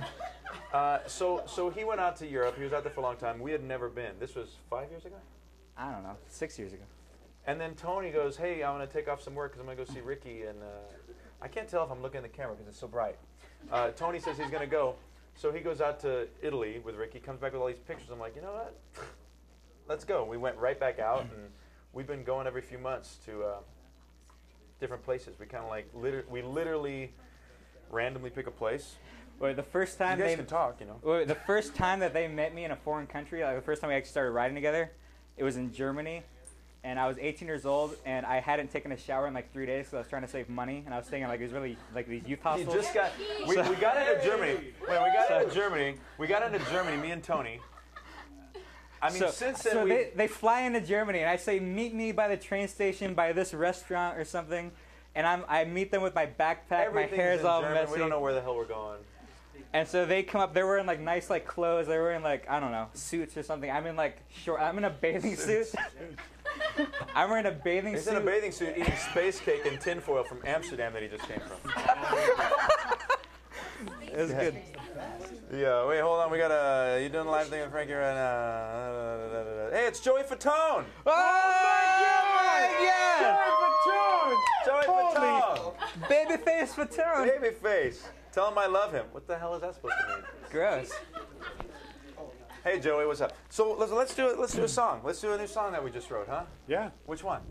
B: Uh, so so he went out to Europe. He was out there for a long time. We had never been. This was five years ago.
L: I don't know. Six years ago.
B: And then Tony goes, "Hey, I'm gonna take off some work because I'm gonna go see Ricky." And uh, I can't tell if I'm looking at the camera because it's so bright. Uh, Tony says he's gonna go. So he goes out to Italy with Ricky. Comes back with all these pictures. I'm like, you know what? Let's go. We went right back out, and we've been going every few months to uh, different places. We kind of like liter- we literally randomly pick a place.
L: Wait, the first time
B: you guys
L: they
B: can talk, you know.
L: Wait, the first time that they met me in a foreign country, like the first time we actually started riding together, it was in Germany, and I was 18 years old, and I hadn't taken a shower in like three days because I was trying to save money, and I was staying in like these really like these youth
B: He
L: hostels.
B: just got. We, we got into Germany. Wait, we got into Germany. We got into Germany. Me and Tony. I mean,
L: so,
B: since then
L: so
B: we.
L: they, they fly into Germany, and I say, "Meet me by the train station, by this restaurant or something," and I'm, I meet them with my backpack, my
B: everything's
L: hair is
B: in
L: all
B: German.
L: messy.
B: We don't know where the hell we're going.
L: And so they come up. They're wearing like nice like clothes. They're wearing like I don't know suits or something. I'm in like short. I'm in a bathing suit. I'm wearing a bathing
B: He's
L: suit.
B: in a bathing suit eating space cake and tinfoil from Amsterdam that he just came from.
L: It was good.
B: Yeah, wait, hold on. We got a. You doing a live thing with Frankie right now? Hey, it's Joey Fatone! Oh, Joey Fatone!
L: Babyface Fatone!
B: Babyface! Tell him I love him. What the hell is that supposed to mean?
L: Gross.
B: Hey, Joey, what's up? So let's, let's do it. Let's do a song. Let's do a new song that we just wrote, huh?
S: Yeah.
B: Which one?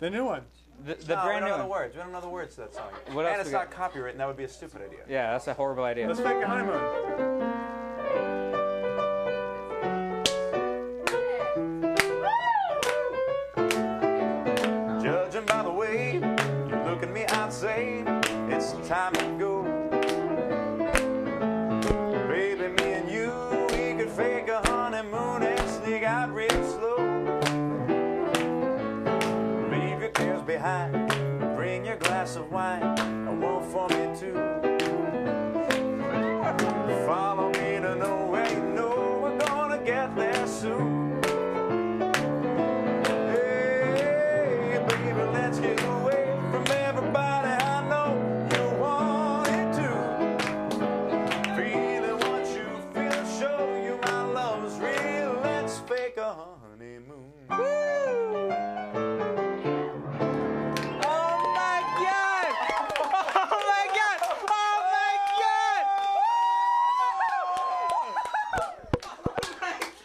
S: The new one.
L: The,
B: no, we don't know the words. We don't know the words to that song.
L: What
B: and
L: else
B: it's
L: we
B: not
L: got?
B: copyrighted. That would be a stupid idea.
L: Yeah, that's a horrible idea.
S: Let's make a honeymoon.
B: Judging by the way you look at me, I'd say it's time to go. Baby, me and you, we could fake a honeymoon and sneak out real slow. Leave your cares behind, bring your glass of wine, I want for me too. Follow me to nowhere, you know we're gonna get there soon. Hey, baby, let's get away from everybody. I know you want it too. Feeling what you feel, show you my love's real. Let's fake a honeymoon.
L: Oh my god! Oh my god! Oh my god!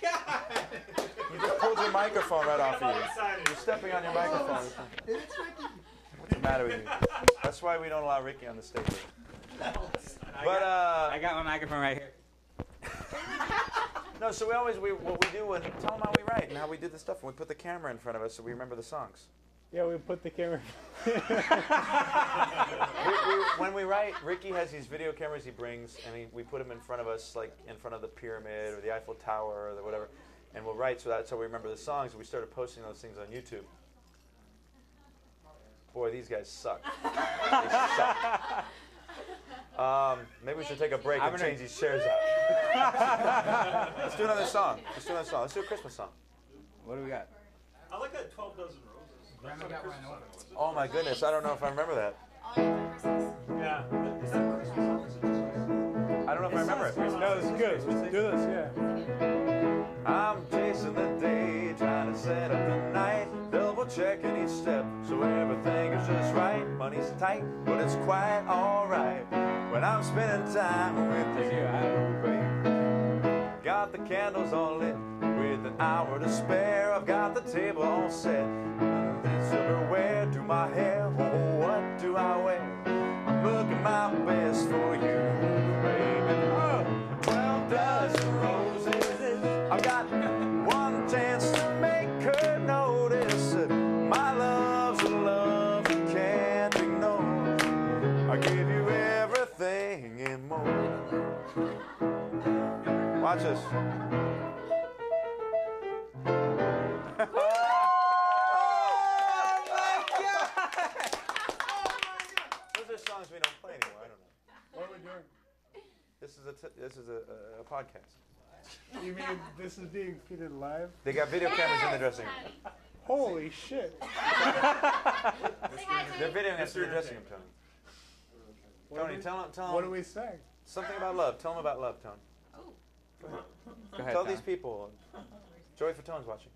B: You just pulled your microphone right off of you. You're stepping on your microphone. What's the matter with you? That's why we don't allow Ricky on the stage. But uh,
L: I got my microphone right here.
B: No, so we always we what we do when tell them how we write and how we did the stuff and we put the camera in front of us so we remember the songs.
S: Yeah, we put the camera.
B: we, we, when we write, Ricky has these video cameras he brings, and he, we put them in front of us, like in front of the pyramid or the Eiffel Tower or the whatever, and we'll write. So that's how we remember the songs. We started posting those things on YouTube. Boy, these guys suck. They suck. Um, maybe we should take a break
L: I'm
B: and
L: gonna-
B: change these chairs out. Let's do another song. Let's do another song. Let's do a Christmas song.
L: What do we got?
F: I like that 12 dozen roses. That's what a Christmas song was.
B: Oh my goodness, I don't know if I remember that.
F: Yeah. Is that Christmas song or is it just
B: I don't know if I remember it.
S: No, this is good. Do this, yeah.
B: I'm chasing the day, trying to set up the night. Double checking each step, so everything is just right. Money's tight, but it's quite alright when I'm spending time with you, babe. Got the candles all lit with an hour to spare. I've got the table all set. None of this silverware, do my hair. Oh, what do I wear? I'm looking my best for you, baby. Oh, Twelve dozen roses. I've got one chance to make her notice that my love's a love you can't ignore. I give you everything and more. Watch this. Those are songs we don't play anymore. I don't know.
S: What are we doing?
B: This is a t- this is a, a, a podcast.
S: You mean this is being feeded live?
B: They got video cameras in the dressing room.
S: Holy shit.
B: They're videoing us in the dressing room, Tony. Tony, tell them, tell them.
S: What do we say?
B: Something about love. Tell them about love, Tony. Go ahead.
S: Go ahead,
B: tell
S: Tony.
B: these people. Joy for Tone's watching.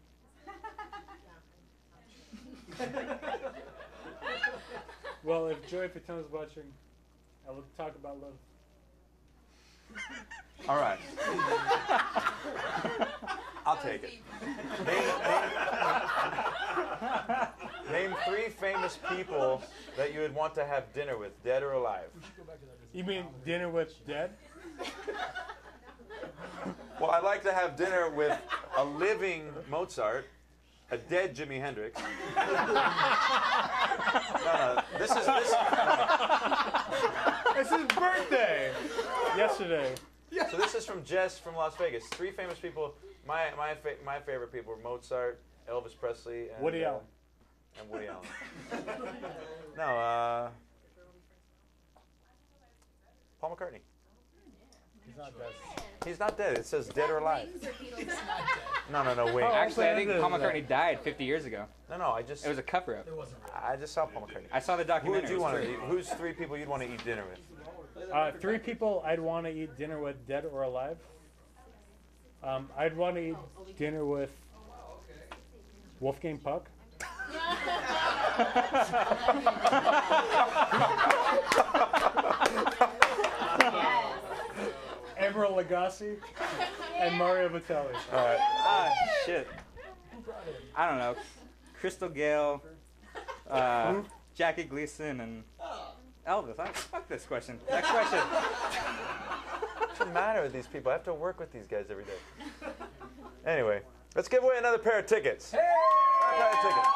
S: Well, if Joy Patone's watching, I will talk about love.
B: All right. I'll take it. Name, name, name three famous people that you would want to have dinner with, dead or alive.
S: You mean dinner with dead?
B: Well, I'd like to have dinner with a living Mozart, a dead Jimi Hendrix. No, no, this is this.
S: It's his birthday. Yesterday.
B: So this is from Jess from Las Vegas. Three famous people. My my fa- my favorite people were Mozart, Elvis Presley, and
S: Woody
B: uh,
S: Allen.
B: and Woody Allen. No, uh, Paul McCartney.
S: He's not dead.
B: He's not dead. It says dead or alive. No, no, no. Wait.
L: Actually, I think Paul McCartney died 50 years ago.
B: No, no. I just
L: it was a cover up.
B: I just saw Paul McCartney.
L: I saw the documentary.
B: Who would you want to?
L: It was great.
B: Who's three people you'd want to eat dinner with?
S: Uh, three people I'd want to eat dinner with, dead or alive. Um, I'd want to eat dinner with Wolfgang Puck. Emeril Lagasse and Mario Batali.
L: All right. Ah, shit. I don't know. Crystal Gale, uh, Jackie Gleason, and Elvis. I, fuck this question. Next question.
B: What's the matter with these people? I have to work with these guys every day. Anyway, let's give away another pair of tickets. Another pair of tickets.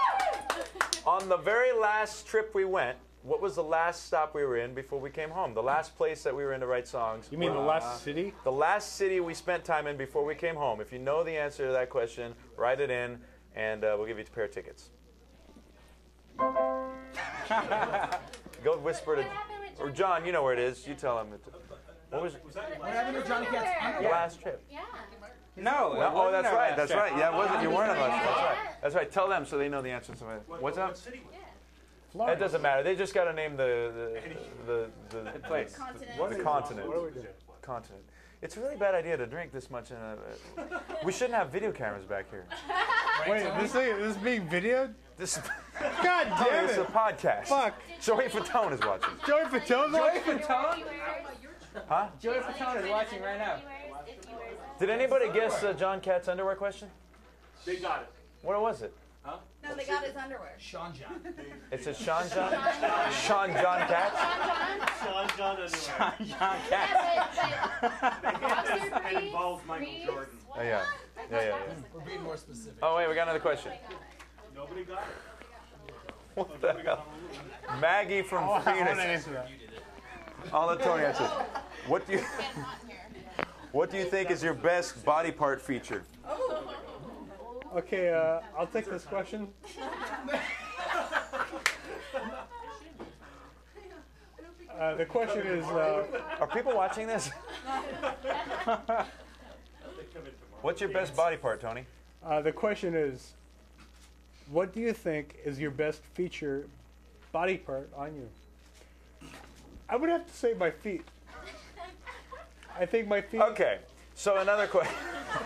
B: On the very last trip we went, what was the last stop we were in before we came home? The last place that we were in to write songs. Uh,
S: You mean the last city?
B: The last city we spent time in before we came home. If you know the answer to that question, write it in, and uh, we'll give you a pair of tickets. Go whisper to, or John, you know where it is. You tell him. What was?
M: What happened to Johnny Cat's underwear?
B: Last trip.
M: Yeah.
B: No.
M: it
B: oh,
M: wasn't
B: that's
M: our
B: right.
M: last
B: That's
M: trip.
B: right. Yeah, it wasn't. Oh, You weren't on the last. That's
M: Yeah.
B: right. That's right. Tell them so they know the answer. To my, what's up? It doesn't matter. They just got to name the the the, the, the
L: place.
B: The,
L: What is-
B: continent.
L: what are we doing?
B: Continent. It's a really bad idea to drink this much. In a, we shouldn't have video cameras back here.
S: Wait, this thing, this is being videoed?
B: This. Oh,
S: God damn
B: It's a
S: it!
B: podcast.
S: Fuck.
B: Joey Fatone is watching.
S: Joey Fatone's
L: Joy
S: watching?
L: Fatone?
B: Huh?
L: Joy Fatone is watching right now.
B: Did anybody guess uh, John Cat's underwear question?
F: They got it.
B: What was it?
D: No, they got his underwear. Sean John.
B: It says Sean John. Sean John Cat.
F: Sean John underwear.
L: John Cat.
F: That involves Michael Jordan.
B: Oh, yeah. Yeah, yeah, yeah.
M: We're being more specific.
B: Oh wait, we got another question.
F: Nobody got it.
B: What the hell? Maggie from
S: Oh, I wanna
B: Phoenix.
S: answer that.
B: I'll let Tony answer. What do you What do you think is your best body part feature?
S: Okay, uh, I'll take this question. Uh, the question is, uh,
B: Are people watching this? What's your best body part, Tony?
S: uh, the question is, what do you think is your best feature, body part on you? I would have to say my feet. I think my feet.
B: Okay. So another question.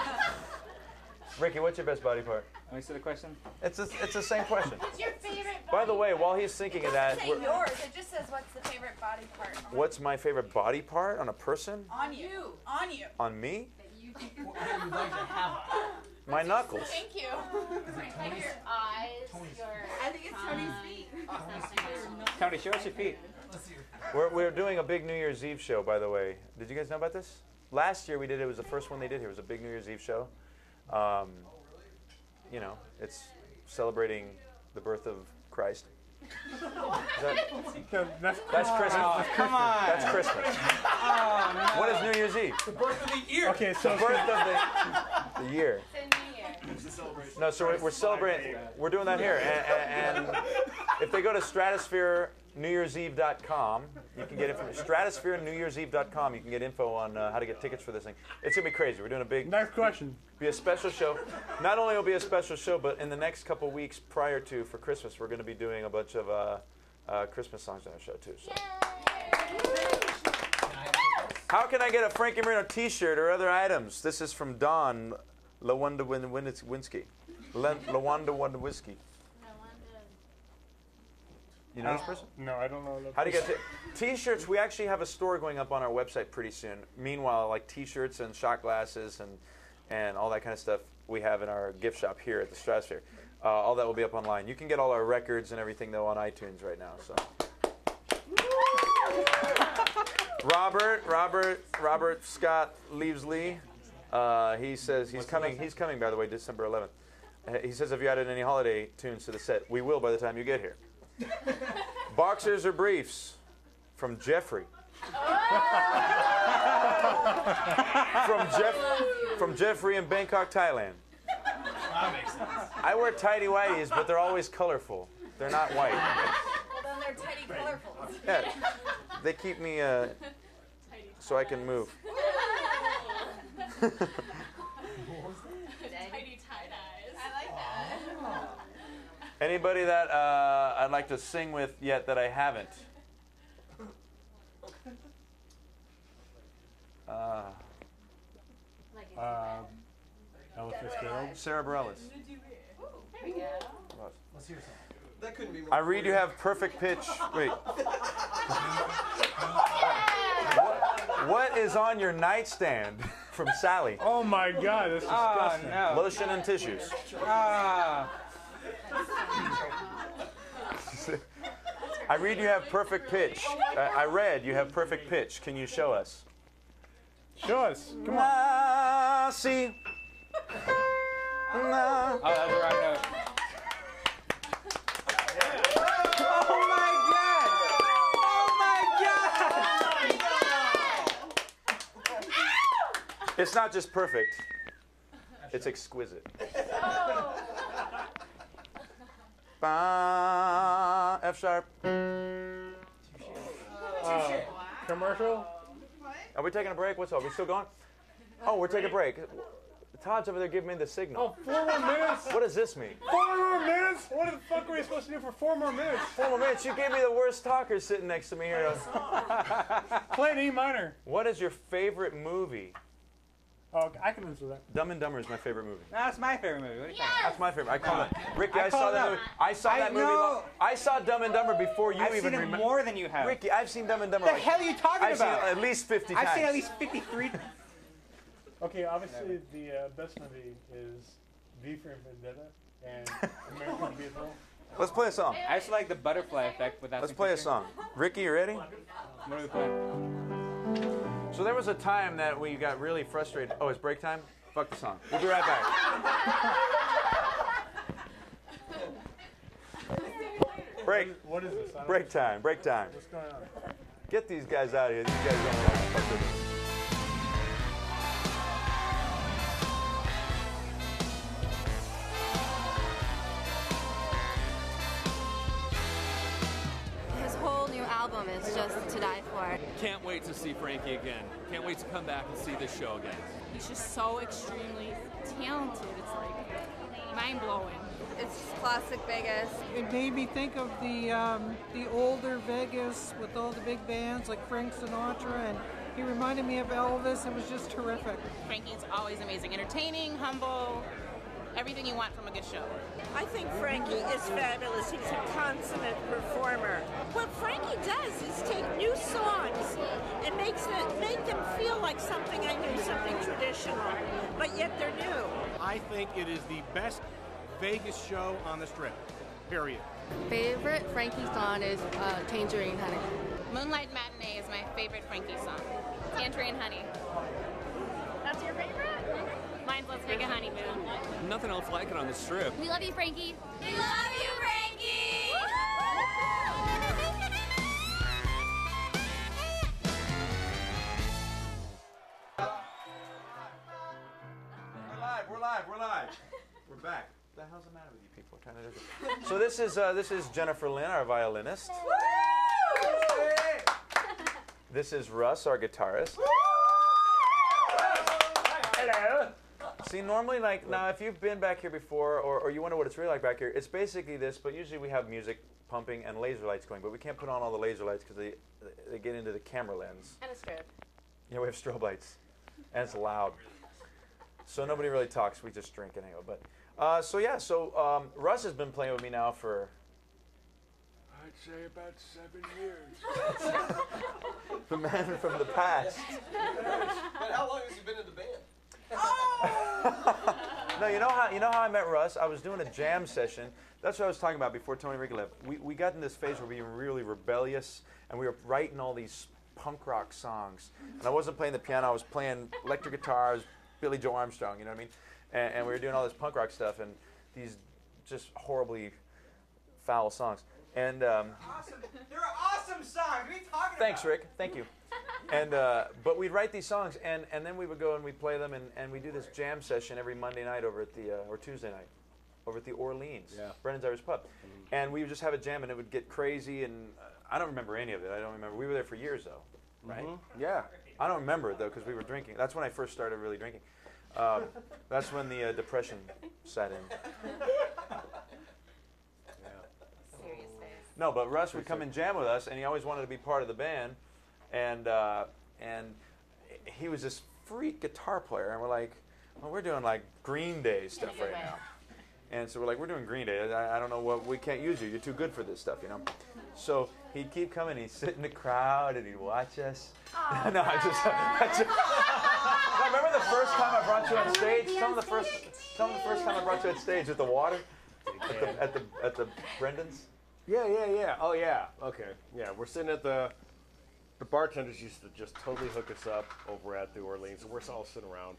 B: Ricky, what's your best body part?
L: Let me see the question.
B: It's a, it's the same question.
D: What's your favorite?
B: By the way, while he's thinking of that,
D: It doesn't say
B: we're-
D: yours. It just says what's the favorite body part on-
B: what's my favorite body part on a person?
D: on you? On you.
B: On me?
D: You'd like to have
B: My knuckles.
D: Thank you.
N: Like your eyes, your.
D: I think it's Tony's feet.
L: Tony, show us your feet.
B: We're, we're doing a big New Year's Eve show, by the way. Did you guys know about this? Last year we did it. It was the first one they did here. It was a big New Year's Eve show. Um, you know, it's celebrating the birth of Christ.
S: That's,
B: That's Christmas.
L: come on.
B: That's Christmas.
D: Oh
B: What is New Year's Eve?
M: The birth of the ear.
S: Okay,
B: The
S: so
B: birth of the, the year.
F: It's a celebration.
B: No, so we're, we're celebrating. We're doing that here. And, and, and if they go to Stratosphere NewYear'sEve.com. You can get info. Stratosphere and NewYear'sEve.com. You can get info on uh, how to get tickets for this thing. It's gonna be crazy. We're doing a big.
S: Next question.
B: Be a special show. Not only will it be a special show, but in the next couple weeks prior to for Christmas, we're gonna be doing a bunch of uh, uh, Christmas songs on our show too. So. How can I get a Frankie Marino T-shirt or other items? This is from Don Lawanda Win- Win- Winsky. Le- Lawanda Wanda Whiskey. You know this person?
S: No, I don't know. that
B: How do you get
S: person.
B: t- t-shirts? We actually have a store going up on our website pretty soon. Meanwhile, like t-shirts and shot glasses and and all that kind of stuff we have in our gift shop here at the Stratosphere. Uh, all that will be up online. You can get all our records and everything though on iTunes right now. So. Robert, Robert, Robert Scott Leavesley. Uh, he says he's coming. He's coming, by the way, December 11th. Uh, He says, "Have you added any holiday tunes to the set? We will by the time you get here." Boxers or briefs? From Jeffrey. from Jeff. From Jeffrey in Bangkok, Thailand.
D: That makes sense.
B: I wear tidy whities, but they're always colorful. They're not white.
D: Well, then they're teddy colorful.
B: Yeah, they keep me uh, so I can move.
J: Tidy tie dyes.
D: I like that.
B: Ah. Anybody that uh, I'd like to sing with yet that I haven't? Uh,
S: Um, Ella Fitzgerald.
B: Sarah Bareilles.
D: There we go.
M: Let's hear something. That couldn't be more.
B: I read you have perfect pitch. Wait. What is on your nightstand from Sally? Ah,
S: Oh my God, that's
L: Oh,
S: disgusting.
L: no.
B: Lotion and tissues.
L: Ah.
B: I read you have perfect pitch. I I read you have perfect pitch. Can you show us?
S: Show us. Come
B: on. See. Oh,
L: that was the wrong note.
D: Oh my god! Oh my god!
B: It's not just perfect. It's exquisite.
D: Oh.
B: Ba, F sharp.
S: Uh, commercial?
B: Are we taking a break? What's up? Are we still going? Oh, we're taking a break. Todd's over there giving me the
S: Oh,
B: signal.
S: four more minutes?
B: What does this mean?
S: Four more minutes? What the fuck were you supposed to do for four more minutes?
B: Four more minutes. You gave me the worst talker sitting next to me here.
S: Play an E minor.
B: What is your favorite movie?
S: Oh, I can answer that.
B: Dumb and Dumber is my favorite movie.
L: That's my favorite movie. What do you think?
B: That's my favorite. I call it. Ricky,
L: I
B: I, saw
L: called
B: that
L: it.
B: movie. I saw
L: I
B: that movie.
L: know.
B: lo- I saw Dumb and Dumber before you
L: I've
B: even
L: seen it
B: remem-
L: more than you have.
B: Ricky, I've seen Dumb and Dumber.
L: The
B: like-
L: hell are you talking
B: I've seen
L: about?
B: it at least 50
L: I've
B: times.
L: seen at least 53.
S: Okay, obviously the uh, best movie is V for Vendetta and American Beautiful.
B: Let's play a song.
L: I just like the butterfly effect without.
B: Let's play a song. Ricky, you ready?
L: What are we playing?
B: So there was a time that we got really frustrated. Oh, it's break time? Fuck the song. We'll be right back. Break.
S: What is this? I don't-
B: Break time. Break time.
S: What's going on?
B: Get these guys out of here. These guys don't know what the fuck they're doing.
O: His whole new album is just to die for.
Q: Can't wait to see Frankie again. Can't wait to come back and see this show again.
J: He's just so extremely talented. It's like mind blowing.
O: It's classic Vegas.
T: It made me think of the um, the older Vegas with all the big bands like Frank Sinatra, and he reminded me of Elvis. It was just terrific.
P: Frankie's always amazing, entertaining, humble, everything you want from a good show.
U: I think Frankie is fabulous. He's a consummate performer. What Frankie does is take new songs and makes it, make them feel like something I knew, something traditional, but yet they're new.
V: I think it is the best Vegas show on the strip. Period.
N: Favorite Frankie song is uh, Tangerine Honey.
R: Moonlight Matinee is my favorite Frankie song. Tangerine Honey. That's your favorite? Mine's Let's Make a Honeymoon.
Q: Nothing else like it on the strip.
R: We love you, Frankie. We love you, Frankie.
B: We're live. We're live. We're live. We're back. What the hell's the matter with you people? Kind of so this is uh, this is Jennifer Lynn, our violinist. This is Russ, our guitarist. Hello. See, normally, like, now if you've been back here before or, or you wonder what it's really like back here, it's basically this, but usually we have music pumping and laser lights going, but we can't put on all the laser lights because they, they get into the camera lens.
K: And a strip.
B: Yeah, we have strobe lights, and it's loud. So nobody really talks. We just drink and hang out. But uh, so yeah, so um, Russ has been playing with me now for
E: I'd say about seven years.
B: the man from the past.
M: but how long has he been in the band?
B: No, you know how you know how I met Russ? I was doing a jam session. That's what I was talking about before Tony Ricker left. We, we got in this phase where we were really rebellious and we were writing all these punk rock songs. And I wasn't playing the piano, I was playing electric guitars, Billy Joe Armstrong, you know what I mean? And, and we were doing all this punk rock stuff and these just horribly foul songs. And um,
D: Awesome. They're awesome songs. What are you talking
B: Thanks,
D: about?
B: Rick. Thank you. And uh, but we'd write these songs, and, and then we would go and we'd play them, and, and we do this jam session every Monday night over at the uh, or Tuesday night, over at the Orleans,
I: Yeah.
B: Brennan's Irish Pub, and we would just have a jam, and it would get crazy, and uh, I don't remember any of it. I don't remember. We were there for years though, right?
I: Mhm.
B: Yeah. I don't remember it though because we were drinking. That's when I first started really drinking. Um, that's when the uh, depression set in.
D: Serious face.
B: No, but Russ would come and jam with us, and he always wanted to be part of the band, and uh, and he was this freak guitar player, and we're like, well, we're doing like Green Day stuff right now, and so we're like, we're doing Green Day. I, I don't know what we can't use you. You're too good for this stuff, you know. So he'd keep coming. He'd sit in the crowd and he'd watch us. no, I just, I just I remember the first time I brought you on stage. Some of the first, some of the first time I brought you on stage with the water, at the at the at the Brendan's.
I: Yeah, yeah, yeah. Oh, yeah. Okay. Yeah, we're sitting at the. The bartenders used to just totally hook us up over at the Orleans, and we're all sitting around.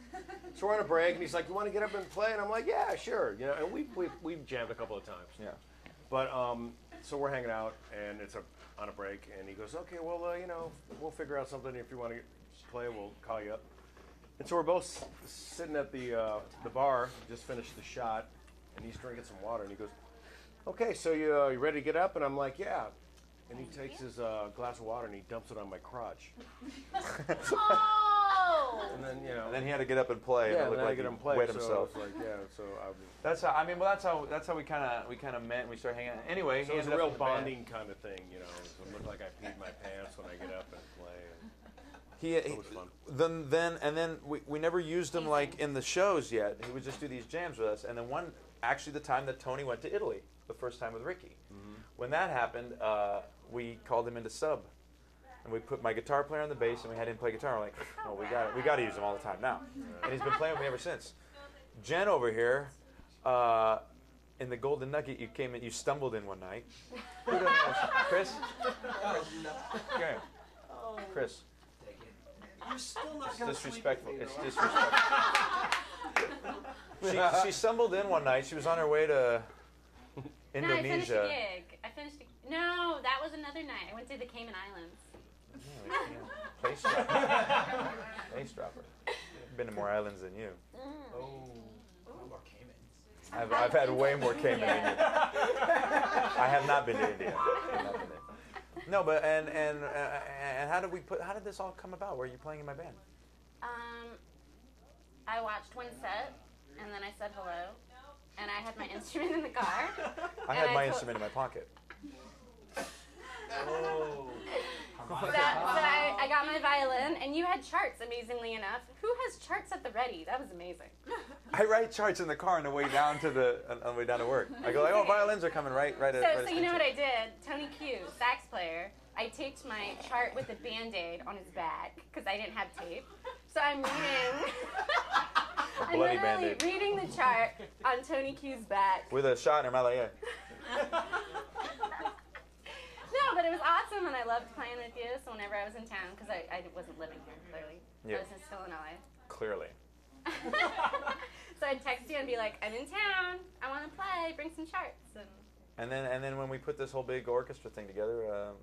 I: So we're on a break, and he's like, "You want to get up and play?" And I'm like, "Yeah, sure." You know, and we we we jammed a couple of times.
B: Yeah.
I: But um, so we're hanging out, and it's a on a break, and he goes, "Okay, well, uh, you know, we'll figure out something. If you want to play, we'll call you up." And so we're both s- sitting at the uh, the bar, just finished the shot, and he's drinking some water, and he goes, "Okay, so you uh, you ready to get up?" And I'm like, "Yeah." And he takes his uh, glass of water and he dumps it on my crotch.
D: Oh!
I: And then you know.
B: And then he had to get up and play.
I: Yeah,
B: and it looked
I: then I
B: like
I: get
B: he
I: him play.
B: wet
I: so
B: himself.
I: it's like, yeah, so I'm,
B: That's how I mean. Well, that's how that's how we kind of we kind of met and we started hanging out. Anyway,
I: so
B: he
I: it's
B: ended
I: a
B: up
I: real
B: in the band.
I: bonding kind of thing, you know. It looked like I peed my pants when I get up and play.
B: He, he then then and then we, we never used him like in the shows yet. He would just do these jams with us. And then one actually the time that Tony went to Italy, the first time with Ricky. When that happened, uh, we called him into sub, and we put my guitar player on the bass and we had him play guitar. We're like, oh, we got we got to use him all the time now. And he's been playing with me ever since. Jen over here, uh, in the Golden Nugget, you came in, you stumbled in one night. Who does that? Chris, Okay. Chris.
D: You're still not
B: It's
D: gonna
B: disrespectful.
D: sleep with
B: It's
D: me, though.
B: disrespectful. she, she stumbled in one night. She was on her way to
J: No, I finished
B: Indonesia.
J: a gig. I finished. A, no, that was another night. I went to the Cayman Islands.
B: Oh, Place dropper. Place dropper. Been to more islands than you.
D: Oh. More Caymans.
B: I've, I've had way more Cayman than you. I have not been to India. I have not been there. No, but and and uh, and how did we put? How did this all come about? Were you playing in my band?
J: Um, I watched one set, and then I said hello, and I had my instrument in the car.
B: I
J: and
B: had my
J: to-
B: instrument in my pocket. Oh.
J: So that, so I, I got my violin, and you had charts. Amazingly enough, who has charts at the ready? That was amazing.
B: I write charts in the car on the way down to the on the way down to work. I go like, oh, violins are coming right right. at- right
J: So,
B: at
J: so you know
B: screen
J: what I did? Tony Q, sax player, I taped my chart with a band aid on his back because I didn't have tape. So I'm reading. I'm
B: bloody
J: literally
B: Band-Aid.
J: reading the chart on Tony Q's back.
B: With a shot in her mouth, like, yeah.
J: No, but it was awesome and I loved playing with you. So whenever I was in town, because I, I wasn't living here clearly,
B: Yeah.
J: I was in still in LA.
B: Clearly.
J: So I'd text you and be like, I'm in town. I want to play. Bring some charts. And
B: And then and then when we put this whole big orchestra thing together, um,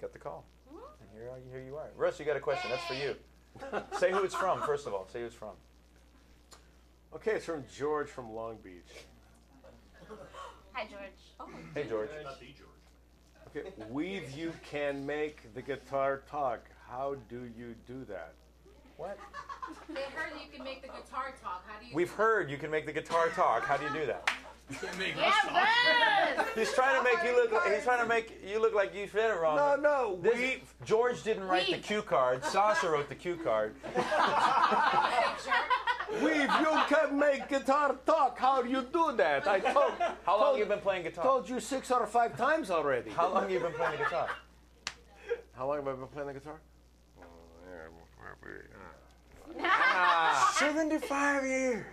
B: got the call.
J: Mm-hmm.
B: And here are- here you are. Russ, you got a question? That's for you. Say who it's from first of all. Say who it's from.
I: Okay, it's from George from Long Beach.
J: hi, George. Oh.
B: Hey, George.
I: Okay, weave you can make the guitar talk. How do you do that?
B: What?
C: They heard you can make the guitar talk. How do you?
B: We've heard you can make the guitar talk. How do you do that? He's trying to make you look. He's trying to make you look like you said it wrong. No,
I: no.
B: we George didn't write the cue card. Sasha wrote the cue card.
D: Oh,
I: Weave, you can make guitar talk. How do you do that? I told.
B: How long you been playing guitar?
I: Told you six or five times already.
B: How long you been playing the guitar?
I: How long have I been playing the guitar?
D: uh,
I: Seventy-five years.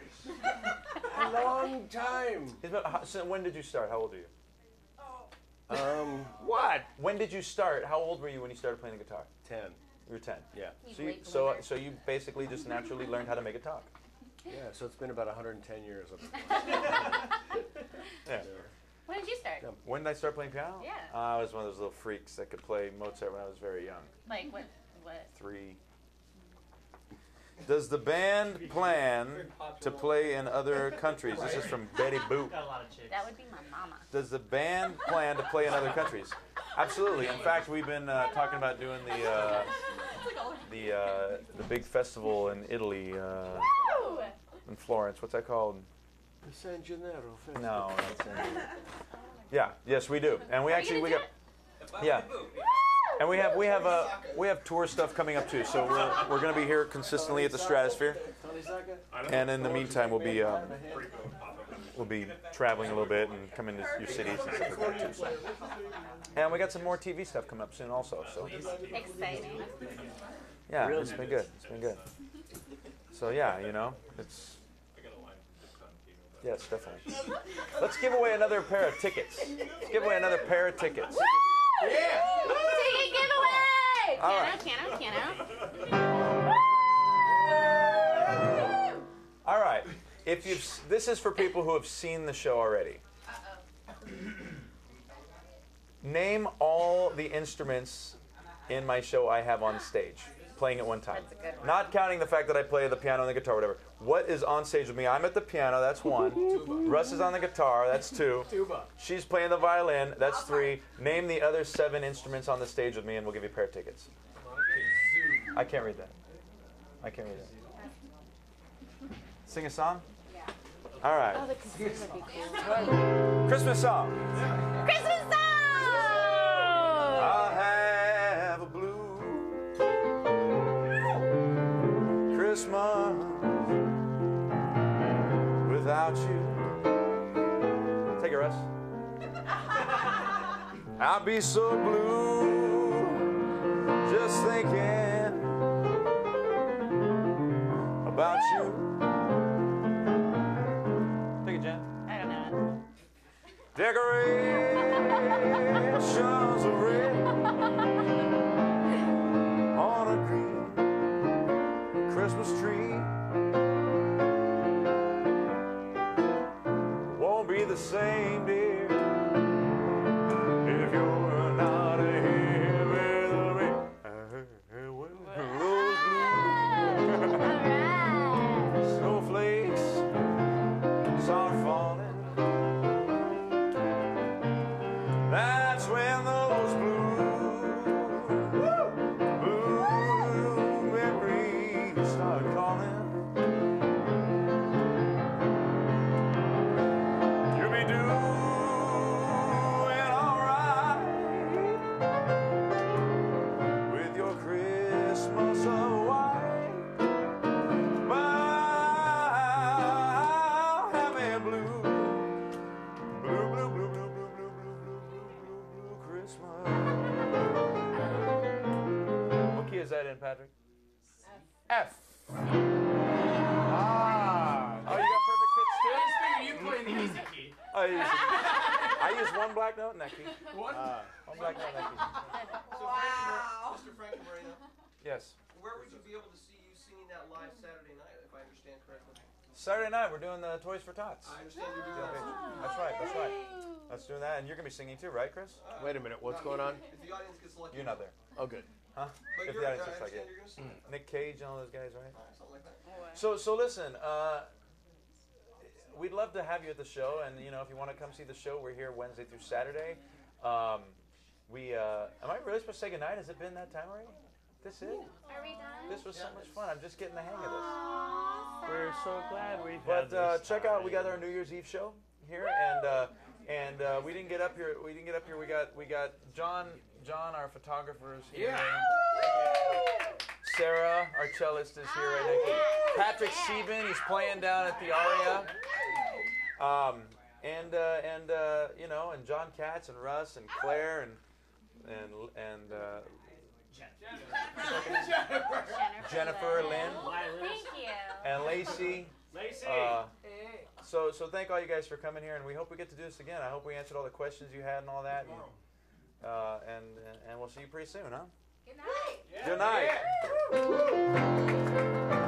I: A long time.
B: He's been- how- so when did you start? How old are you?
I: Um, what?
B: When did you start? How old were you when you started playing the guitar?
I: Ten.
B: You were ten.
I: Yeah.
B: So you, so so you basically just naturally learned how to make it talk.
I: Yeah, so it's been about 110 years. Of
B: Yeah.
J: When did you start?
B: When did I start playing piano?
J: Yeah.
B: Uh, I was one of those little freaks that could play Mozart when I was very young.
J: Like what? What?
B: Three. Does the band plan to play in other countries? This is from Betty Boop.
H: Got a lot of chicks.
J: That would be my mama.
B: Does the band plan to play in other countries? Absolutely. In fact, we've been uh, talking about doing the uh, the uh, the big festival in Italy, uh, in Florence. What's that called?
I: San Gennaro.
B: No, that's Yeah. Yes, we do. And we actually we got yeah. And we have we have uh, we have tour stuff coming up too. So we're we're going to be here consistently at the Stratosphere. And in the meantime, we'll be um, we'll be traveling a little bit and coming to your cities and stuff like that too. So. And we got some more TV stuff coming up soon also. So
J: Exciting.
B: yeah, it's been good. It's been good. So yeah, you know, it's yes, definitely. Let's give away another pair of tickets. Let's give away another pair of tickets.
J: Yeah. Ticket giveaway.
B: All
J: Piano,
B: right.
J: piano, piano.
B: All right. If you've s- this is for people who have seen the show already. Name all the instruments in my show I have on stage playing at one time. Not counting the fact that I play the piano and the guitar, whatever. What is on stage with me? I'm at the piano. That's one. Russ is on the guitar. That's two.
D: Tuba.
B: She's playing the violin. That's three. Name the other seven instruments on the stage with me, and we'll give you a pair of tickets. I can't read that. I can't read that. Sing a song. All right.
J: Oh, the kazoo would be
B: Christmas song.
J: cool. Christmas
D: Oh.
J: song.
B: I have a blue Christmas without you. Take it, Russ. I'll be so blue just thinking about you. Take it, Jen.
J: I don't know.
B: Decorations of red on a green Christmas tree. Won't be the same, dear, if you're not here with me. Snowflakes start falling. That's when those blue, blue memories start calling. You'll be doing alright with your Christmas of white. My happy blue, blue, blue, blue, blue, blue, blue, blue, blue, blue Christmas. What key is that in, Patrick? F. Ah. Oh, you got perfect pitch too.
H: play the easy key.
B: Oh, you use- I use one black note in that key.
H: What?
B: Ah, one black note in that key.
H: Wow.
D: Mr. Frank Moreno,
B: Yes.
D: where would you be able to see you singing that live Saturday night, if I understand correctly?
B: Saturday night, we're doing the Toys for Tots.
D: I understand you're doing
B: Yeah,
D: that.
B: bitch. That's right, that's right. That's doing that, and you're gonna be singing too, right, Chris?
I: Wait a minute, what's going on?
D: If the audience gets lucky.
B: You're not there.
I: Oh, good.
B: Huh?
D: But
B: If
D: you're-
B: the audience
D: I
B: looks like
D: understand
B: it. Mm. Nick
D: you're gonna sing it.
B: Cage and all those guys, right?
D: Something like that.
B: So, so listen. Uh, we'd love to have you at the show, and you know, if you want to come see the show, we're here Wednesday through Saturday. Um, we, uh, am I really supposed to say goodnight? Has it been that time already? This is.
J: Are we done?
B: This was so much fun. I'm just getting the hang of this.
A: We're so glad we had
B: But uh,
A: this
B: check out,
A: time.
B: we got our New Year's Eve show here, and uh, and uh, we didn't get up here. We didn't get up here. We got we got John John, our photographer, is here. Sarah, our cellist, is here right next. to Patrick Sieben, he's playing down at the Aria. Um, and uh, and uh, you know, and John Katz and Russ and Claire and and and uh, Jennifer Lynn
J: Thank you.
B: and Lacey.
J: Lacey.
B: Uh, so so thank all you guys for coming here, and we hope we get to do this again. I hope we answered all the questions you had and all that. And, uh, and and we'll see you pretty soon, huh?
C: Good night.
B: Good night.